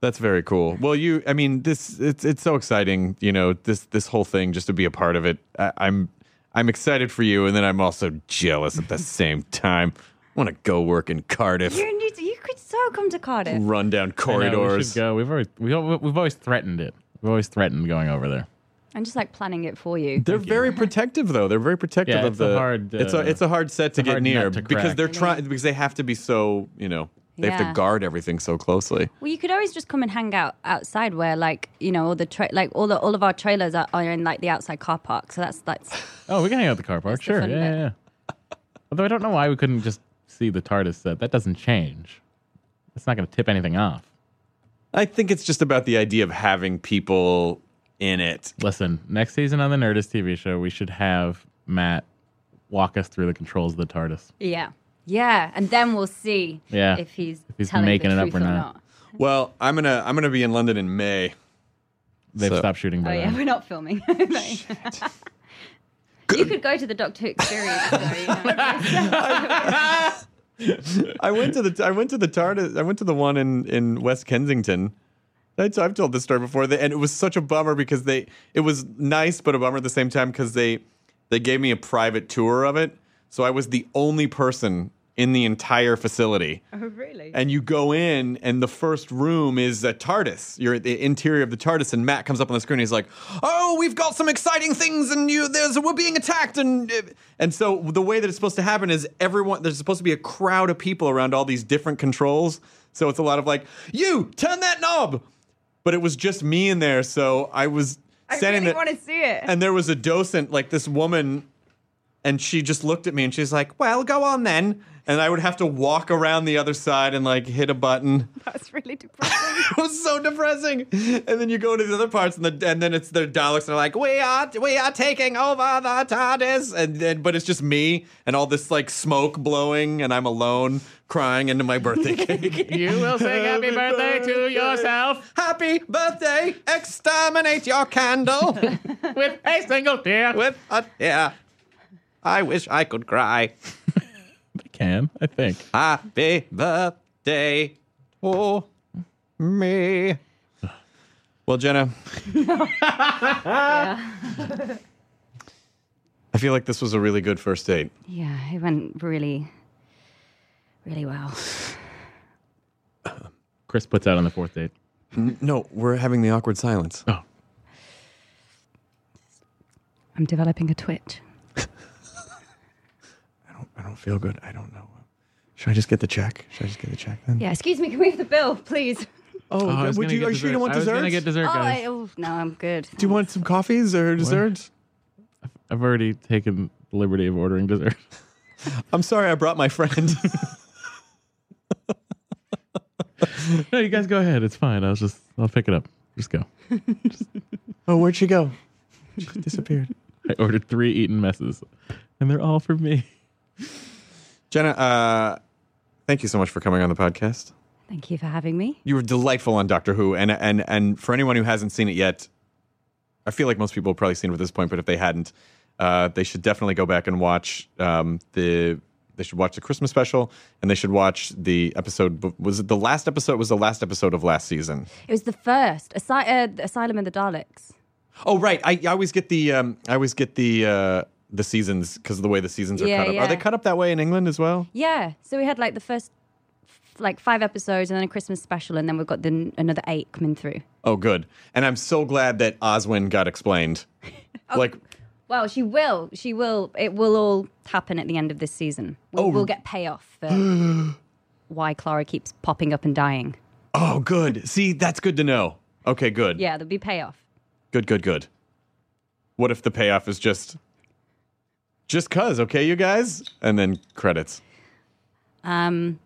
That's very cool. Well, you, I mean, this it's it's so exciting. You know, this this whole thing just to be a part of it. I, I'm I'm excited for you, and then I'm also jealous at the same time. I want to go work in Cardiff, You need to, you could so come to Cardiff. Mm. run down I know, we corridors. should go. We've always we, al- we've always threatened it. We've always threatened going over there. I'm just like planning it for you. They're very protective, though. They're very protective Yeah, of it's a the hard, it's a uh, it's a hard set to a get hard near nut to because crack. they're trying because they have to be so you know they have Yeah. to guard everything so closely. Well, you could always just come and hang out outside, where like you know all the tra- like all the, all of our trailers are, are in like the outside car park. So that's that's Oh, we can hang out at the car park. the Sure. Yeah, fun yeah, bit. yeah. Although I don't know why we couldn't just see the TARDIS set. That doesn't change. It's not going to tip anything off. I think it's just about the idea of having people in it. Listen, next season on the Nerdist TV show, we should have Matt walk us through the controls of the TARDIS. yeah yeah, and then we'll see Yeah. if he's If he's telling making the it up truth or or not. not. Well, I'm gonna I'm gonna be in London in May. They've So- stopped shooting Oh by yeah, then. we're not filming. You could go to the Doctor Who experience. though, you know. I went to the I went to the TARDIS. I went to the one in in West Kensington. That's- I've told this story before, and it was such a bummer because they it was nice, but a bummer at the same time because they they gave me a private tour of it, so I was the only person in the entire facility. Oh, really? And you go in, and the first room is a TARDIS. You're at the interior of the TARDIS, and Matt comes up on the screen. And he's like, "Oh, we've got some exciting things, and you, there's we're being attacked." And uh," and so the way that it's supposed to happen is everyone there's supposed to be a crowd of people around all these different controls. So it's a lot of like, "You turn that knob," but it was just me in there, so I was standing there to see it. and there was a docent, like this woman, and she just looked at me and she's like, "Well, go on then." And I would have to walk around the other side and like hit a button. That's really depressing. It was so depressing. And then you go to the other parts, and, the, and then it's their Daleks, and they're like, "We are we are taking over the TARDIS," and then but it's just me and all this like smoke blowing, and I'm alone crying into my birthday cake. You will sing happy birthday to yourself Happy birthday! Exterminate your candle. with a single tear. with a tear. I wish I could cry. I can, I think. Happy birthday to me. Well, Jenna. Uh, I feel like this was a really good first date. yeah, it went really, really well. Chris puts out on the fourth date. No, we're having the awkward silence. Oh, I'm developing a twitch. I don't feel good. I don't know. Should I just get the check? Should I just get the check then? Yeah, excuse me, can we have the bill, please? Oh, I was would gonna you, get are you sure you don't want I was desserts? gonna get dessert, Oh, guys. I, oh, no, I'm good. Do you want some coffees or desserts? I've already taken the liberty of ordering dessert. I'm sorry I brought my friend. no, you guys go ahead. It's fine. I was just, I'll pick it up. Just go. oh, where'd she go? She disappeared. I ordered three Eaton messes, and they're all for me. Jenna, uh, thank you so much for coming on the podcast. Thank you for having me. You were delightful on Doctor Who, and and and for anyone who hasn't seen it yet, I feel like most people have probably seen it at this point, but if they hadn't, uh, they should definitely go back and watch um, the. They should watch the Christmas special, and they should watch the episode. Was it the last episode? Was the last episode of last season? It was the first Asy- uh, the Asylum and the Daleks. Oh, right. I, I always get the um, I always get the uh, the seasons because of the way the seasons are Yeah, cut up. yeah. Are they cut up that way in England as well? Yeah, so we had like the first f- like five episodes and then a Christmas special, and then we've got the, n- another eight coming through. Oh, good. And I'm so glad that Oswin got explained. Like, Well, she will. She will. It will all happen at the end of this season. We'll, we'll get payoff for why Clara keeps popping up and dying. oh, good. See, that's good to know. Okay, good. Yeah, there'll be payoff. Good, good, good. What if the payoff is just, just cuz, okay, you guys? And then credits. Um,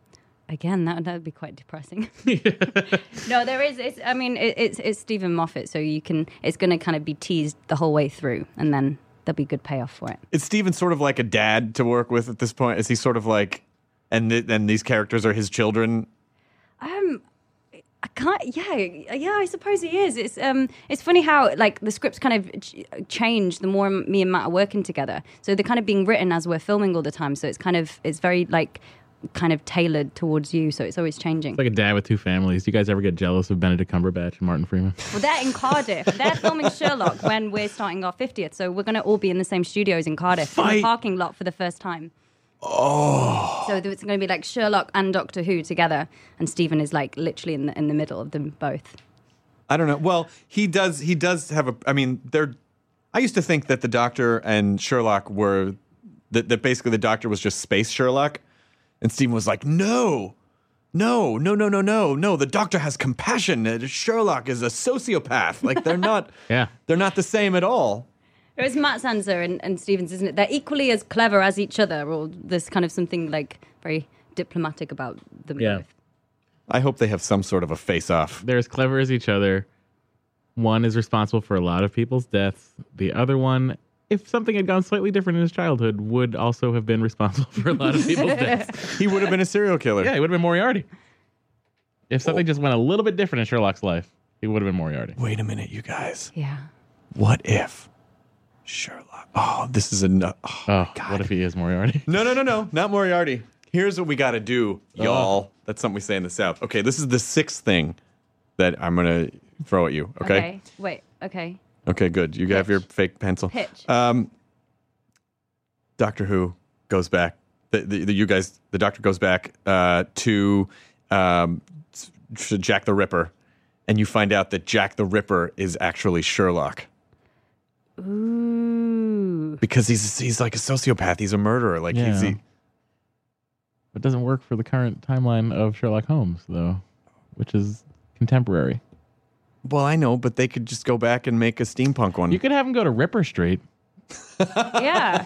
again, that that would be quite depressing. no, there is. It's, I mean, it, it's it's Stephen Moffat, so you can. It's going to kind of be teased the whole way through, and then there'll be good payoff for it. Is Steven sort of like a dad to work with at this point? Is he sort of like, and th- and these characters are his children? Um, I can't. Yeah, yeah. I suppose he is. It's um, it's funny how like the scripts kind of ch- change the more me and Matt are working together. So they're kind of being written as we're filming all the time. So it's kind of it's very like kind of tailored towards you. So it's always changing. Like a dad with two families. Do you guys ever get jealous of Benedict Cumberbatch and Martin Freeman? Well, they're in Cardiff. They're filming Sherlock when we're starting our 50th. So we're going to all be in the same studios in Cardiff, in Fight. the parking lot for the first time. Oh. So it's going to be like Sherlock and Doctor Who together. And Stephen is like literally in the, in the middle of them both. I don't know. Well, he does. He does have a. I mean, they're. I used to think that the Doctor and Sherlock were that, that basically the Doctor was just space Sherlock, and Stephen was like, no, no, no, no, no, no, no. The Doctor has compassion. and Sherlock is a sociopath. Like they're not. Yeah. They're not the same at all. It was Matt's answer and, and Stevens, isn't it? They're equally as clever as each other, or there's kind of something like very diplomatic about them Yeah. both. I hope they have some sort of a face off. They're as clever as each other. One is responsible for a lot of people's deaths. The other one, if something had gone slightly different in his childhood, would also have been responsible for a lot of people's deaths. He would have been a serial killer. Yeah, he would have been Moriarty. If something just went a little bit different in Sherlock's life, he would have been Moriarty. Wait a minute, you guys. Yeah. What if Sherlock? Oh, this is a no. Oh. Oh, what if he is Moriarty? No, no, no, no, not Moriarty. Here's what we got to do, y'all. That's something we say in the South. Okay, this is the sixth thing that I'm gonna throw at you. Okay. Okay, Wait. Okay. good. You have your fake pencil. Pitch. Um, Doctor Who goes back. The, the, the you guys, the Doctor goes back uh, to um, to Jack the Ripper, and you find out that Jack the Ripper is actually Sherlock. Ooh. because he's he's like a sociopath. He's a murderer. Like he's Yeah. he, It doesn't work for the current timeline of Sherlock Holmes, though, which is contemporary. well, I know, but they could just go back and make a steampunk one. You could have him go to Ripper Street. Yeah.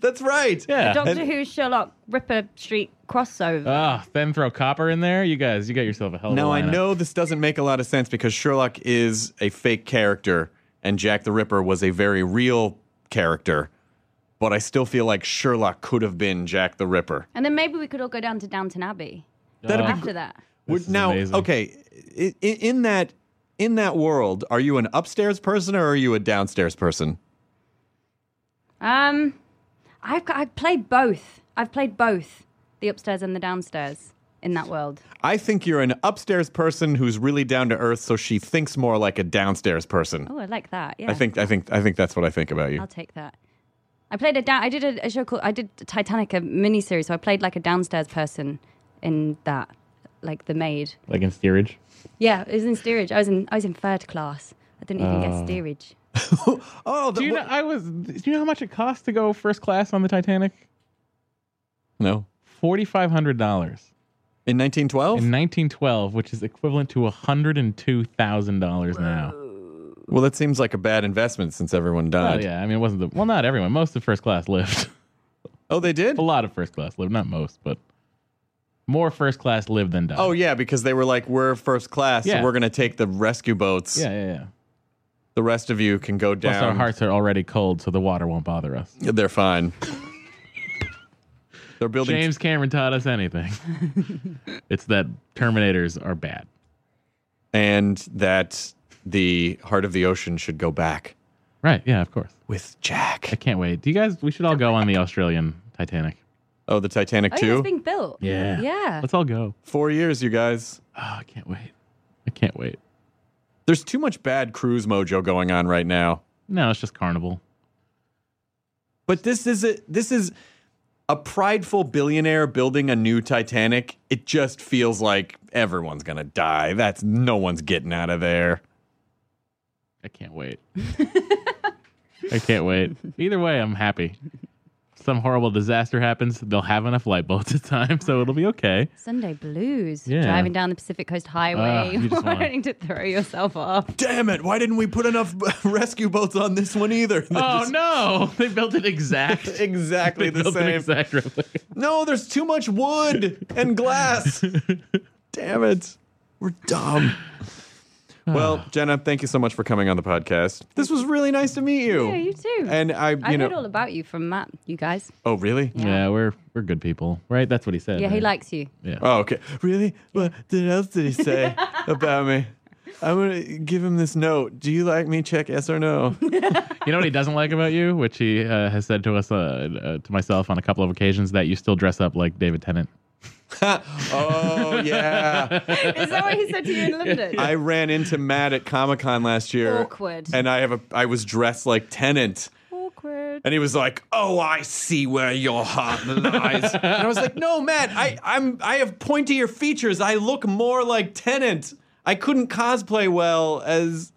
That's right. Yeah. Doctor Who Sherlock Ripper Street crossover. Ah, then throw Copper in there. You guys, you got yourself a hell of a Now I lineup. know this doesn't make a lot of sense because Sherlock is a fake character and Jack the Ripper was a very real character, but I still feel like Sherlock could have been Jack the Ripper. and then maybe we could all go down to Downton Abbey That'd be after that. Would- is now amazing. okay in, in that in that world, are you an upstairs person or are you a downstairs person? Um, I've got- I've played both. I've played both the upstairs and the downstairs in that world. I think you're an upstairs person who's really down to earth, so she thinks more like a downstairs person. Oh, I like that. Yeah. I think I think I think that's what I think about you. I'll take that. I played a down. I did a, a show called I did Titanic a miniseries, so I played like a downstairs person in that, like the maid. Like in steerage. Yeah, it was in steerage. I was in I was in third class. I didn't even Uh, get steerage. Oh, the, Do you know? I was. Do you know how much it costs to go first class on the Titanic? no. Forty five hundred dollars In 1912? in nineteen twelve, which is equivalent to hundred and two thousand dollars now. well, that seems like a bad investment since everyone Oh died. yeah, I mean, it wasn't the well, not everyone. Most of first class lived. Oh, they did? a lot of first class lived, not most, but more first class lived than died. Oh yeah, because they were like, we're first class, Yeah. so we're gonna take the rescue boats. yeah, yeah, yeah. The rest of you can go down. Plus, our hearts are already cold, so the water won't bother us. They're fine. They're building. James Cameron taught us anything. it's that Terminators are bad. and that the heart of the ocean should go back Right? Yeah, of course. with Jack. I can't wait. Do you guys? We should all go on the Australian Titanic. Oh, the Titanic Oh, too. yeah, it's being built. Yeah. Yeah. Let's all go. Four years, you guys. Oh, I can't wait. I can't wait. There's too much bad cruise mojo going on right now. No, it's just Carnival. But this is a this is a prideful billionaire building a new Titanic. It just feels like everyone's gonna die. That's no one's getting out of there. I can't wait. I can't wait. Either way, I'm happy. Some horrible disaster happens, they'll have enough light bulbs at time, so it'll be okay. Sunday blues. Yeah. Driving down the Pacific Coast Highway, Ah, you just wanna- wanting to throw yourself off. Damn it! Why didn't we put enough rescue boats on this one either? They're Oh just no! They built it exact. Exactly They the built same. It exact replica. no, there's too much wood and glass. Damn it. We're dumb. Well, Jenna, thank you so much for coming on the podcast. This was really nice to meet you. Yeah, you too. And I, you I know, heard all about you from Matt, you guys. oh really? yeah, we're we're good people, right? That's what he said. Yeah, he right? likes you. Oh, okay. Really? What did else did he say about me? I'm gonna give him this note. Do you like me? Check yes or no. You know what he doesn't like about you, which he uh, has said to us, uh, uh, to myself on a couple of occasions, that you still dress up like David Tennant. oh yeah. Is that what he said to you in London? I ran into Matt at Comic Con last year. Awkward. And I have a I was dressed like Tenant. Awkward. And he was like, "Oh, I see where your heart lies." and I was like, "No, Matt, I, I'm I have pointier features. I look more like Tenant. I couldn't cosplay well as,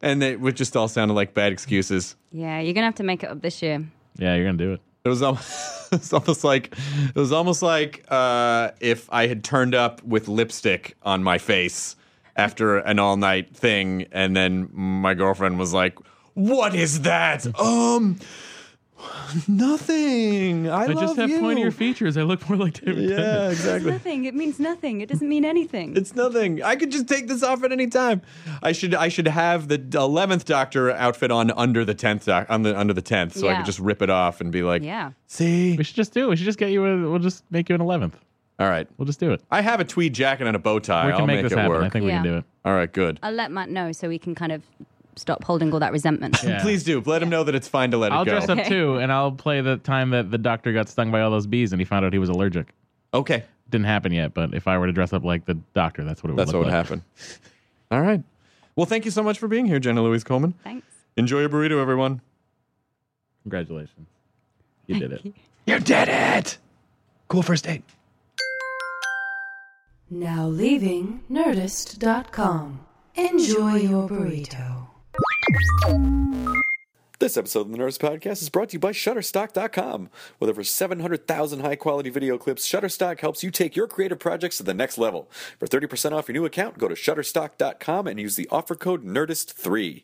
and it would just all sounded like bad excuses. Yeah, you're gonna have to make it up this year. Yeah, you're gonna do it. It was almost, it was almost like it was almost like uh, if I had turned up with lipstick on my face after an all night thing, and then my girlfriend was like, "What is that?" um, nothing. I, I love just have you. pointier features. I look more like David. Yeah, Tennant. It's exactly. nothing. It means nothing. It doesn't mean anything. It's nothing. I could just take this off at any time. I should I should have the eleventh Doctor outfit on under the tenth doc, on the under the tenth, so I Yeah. could just rip it off and be like, yeah. see. We should just do. it. We should just get you. A, we'll just make you an eleventh. All right, We'll just do it. I have a tweed jacket and a bow tie. We can I'll make, make, this it happen. work. I think we can Yeah. do it. All right, good. I'll let Matt know so we can kind of stop holding all that resentment. Yeah. Please do. Let him know that it's fine to let I'll uh, it go. dress up too, and I'll play the time that the doctor got stung by all those bees, and he found out he was allergic. Okay, Didn't happen yet, but if I were to dress up like the doctor, that's what it would. that's what look would like. happen. All right. Well, thank you so much for being here, Jenna Louise Coleman. Thanks. Enjoy your burrito, everyone. Congratulations, you did it. You did it. Cool first date. Now leaving Nerdist.com. Enjoy your burrito. This episode of the Nerds Podcast is brought to you by Shutterstock.com. With over 700,000 high quality video clips, Shutterstock helps you take your creative projects to the next level. For 30% off your new account, go to Shutterstock.com and use the offer code NERDIST3.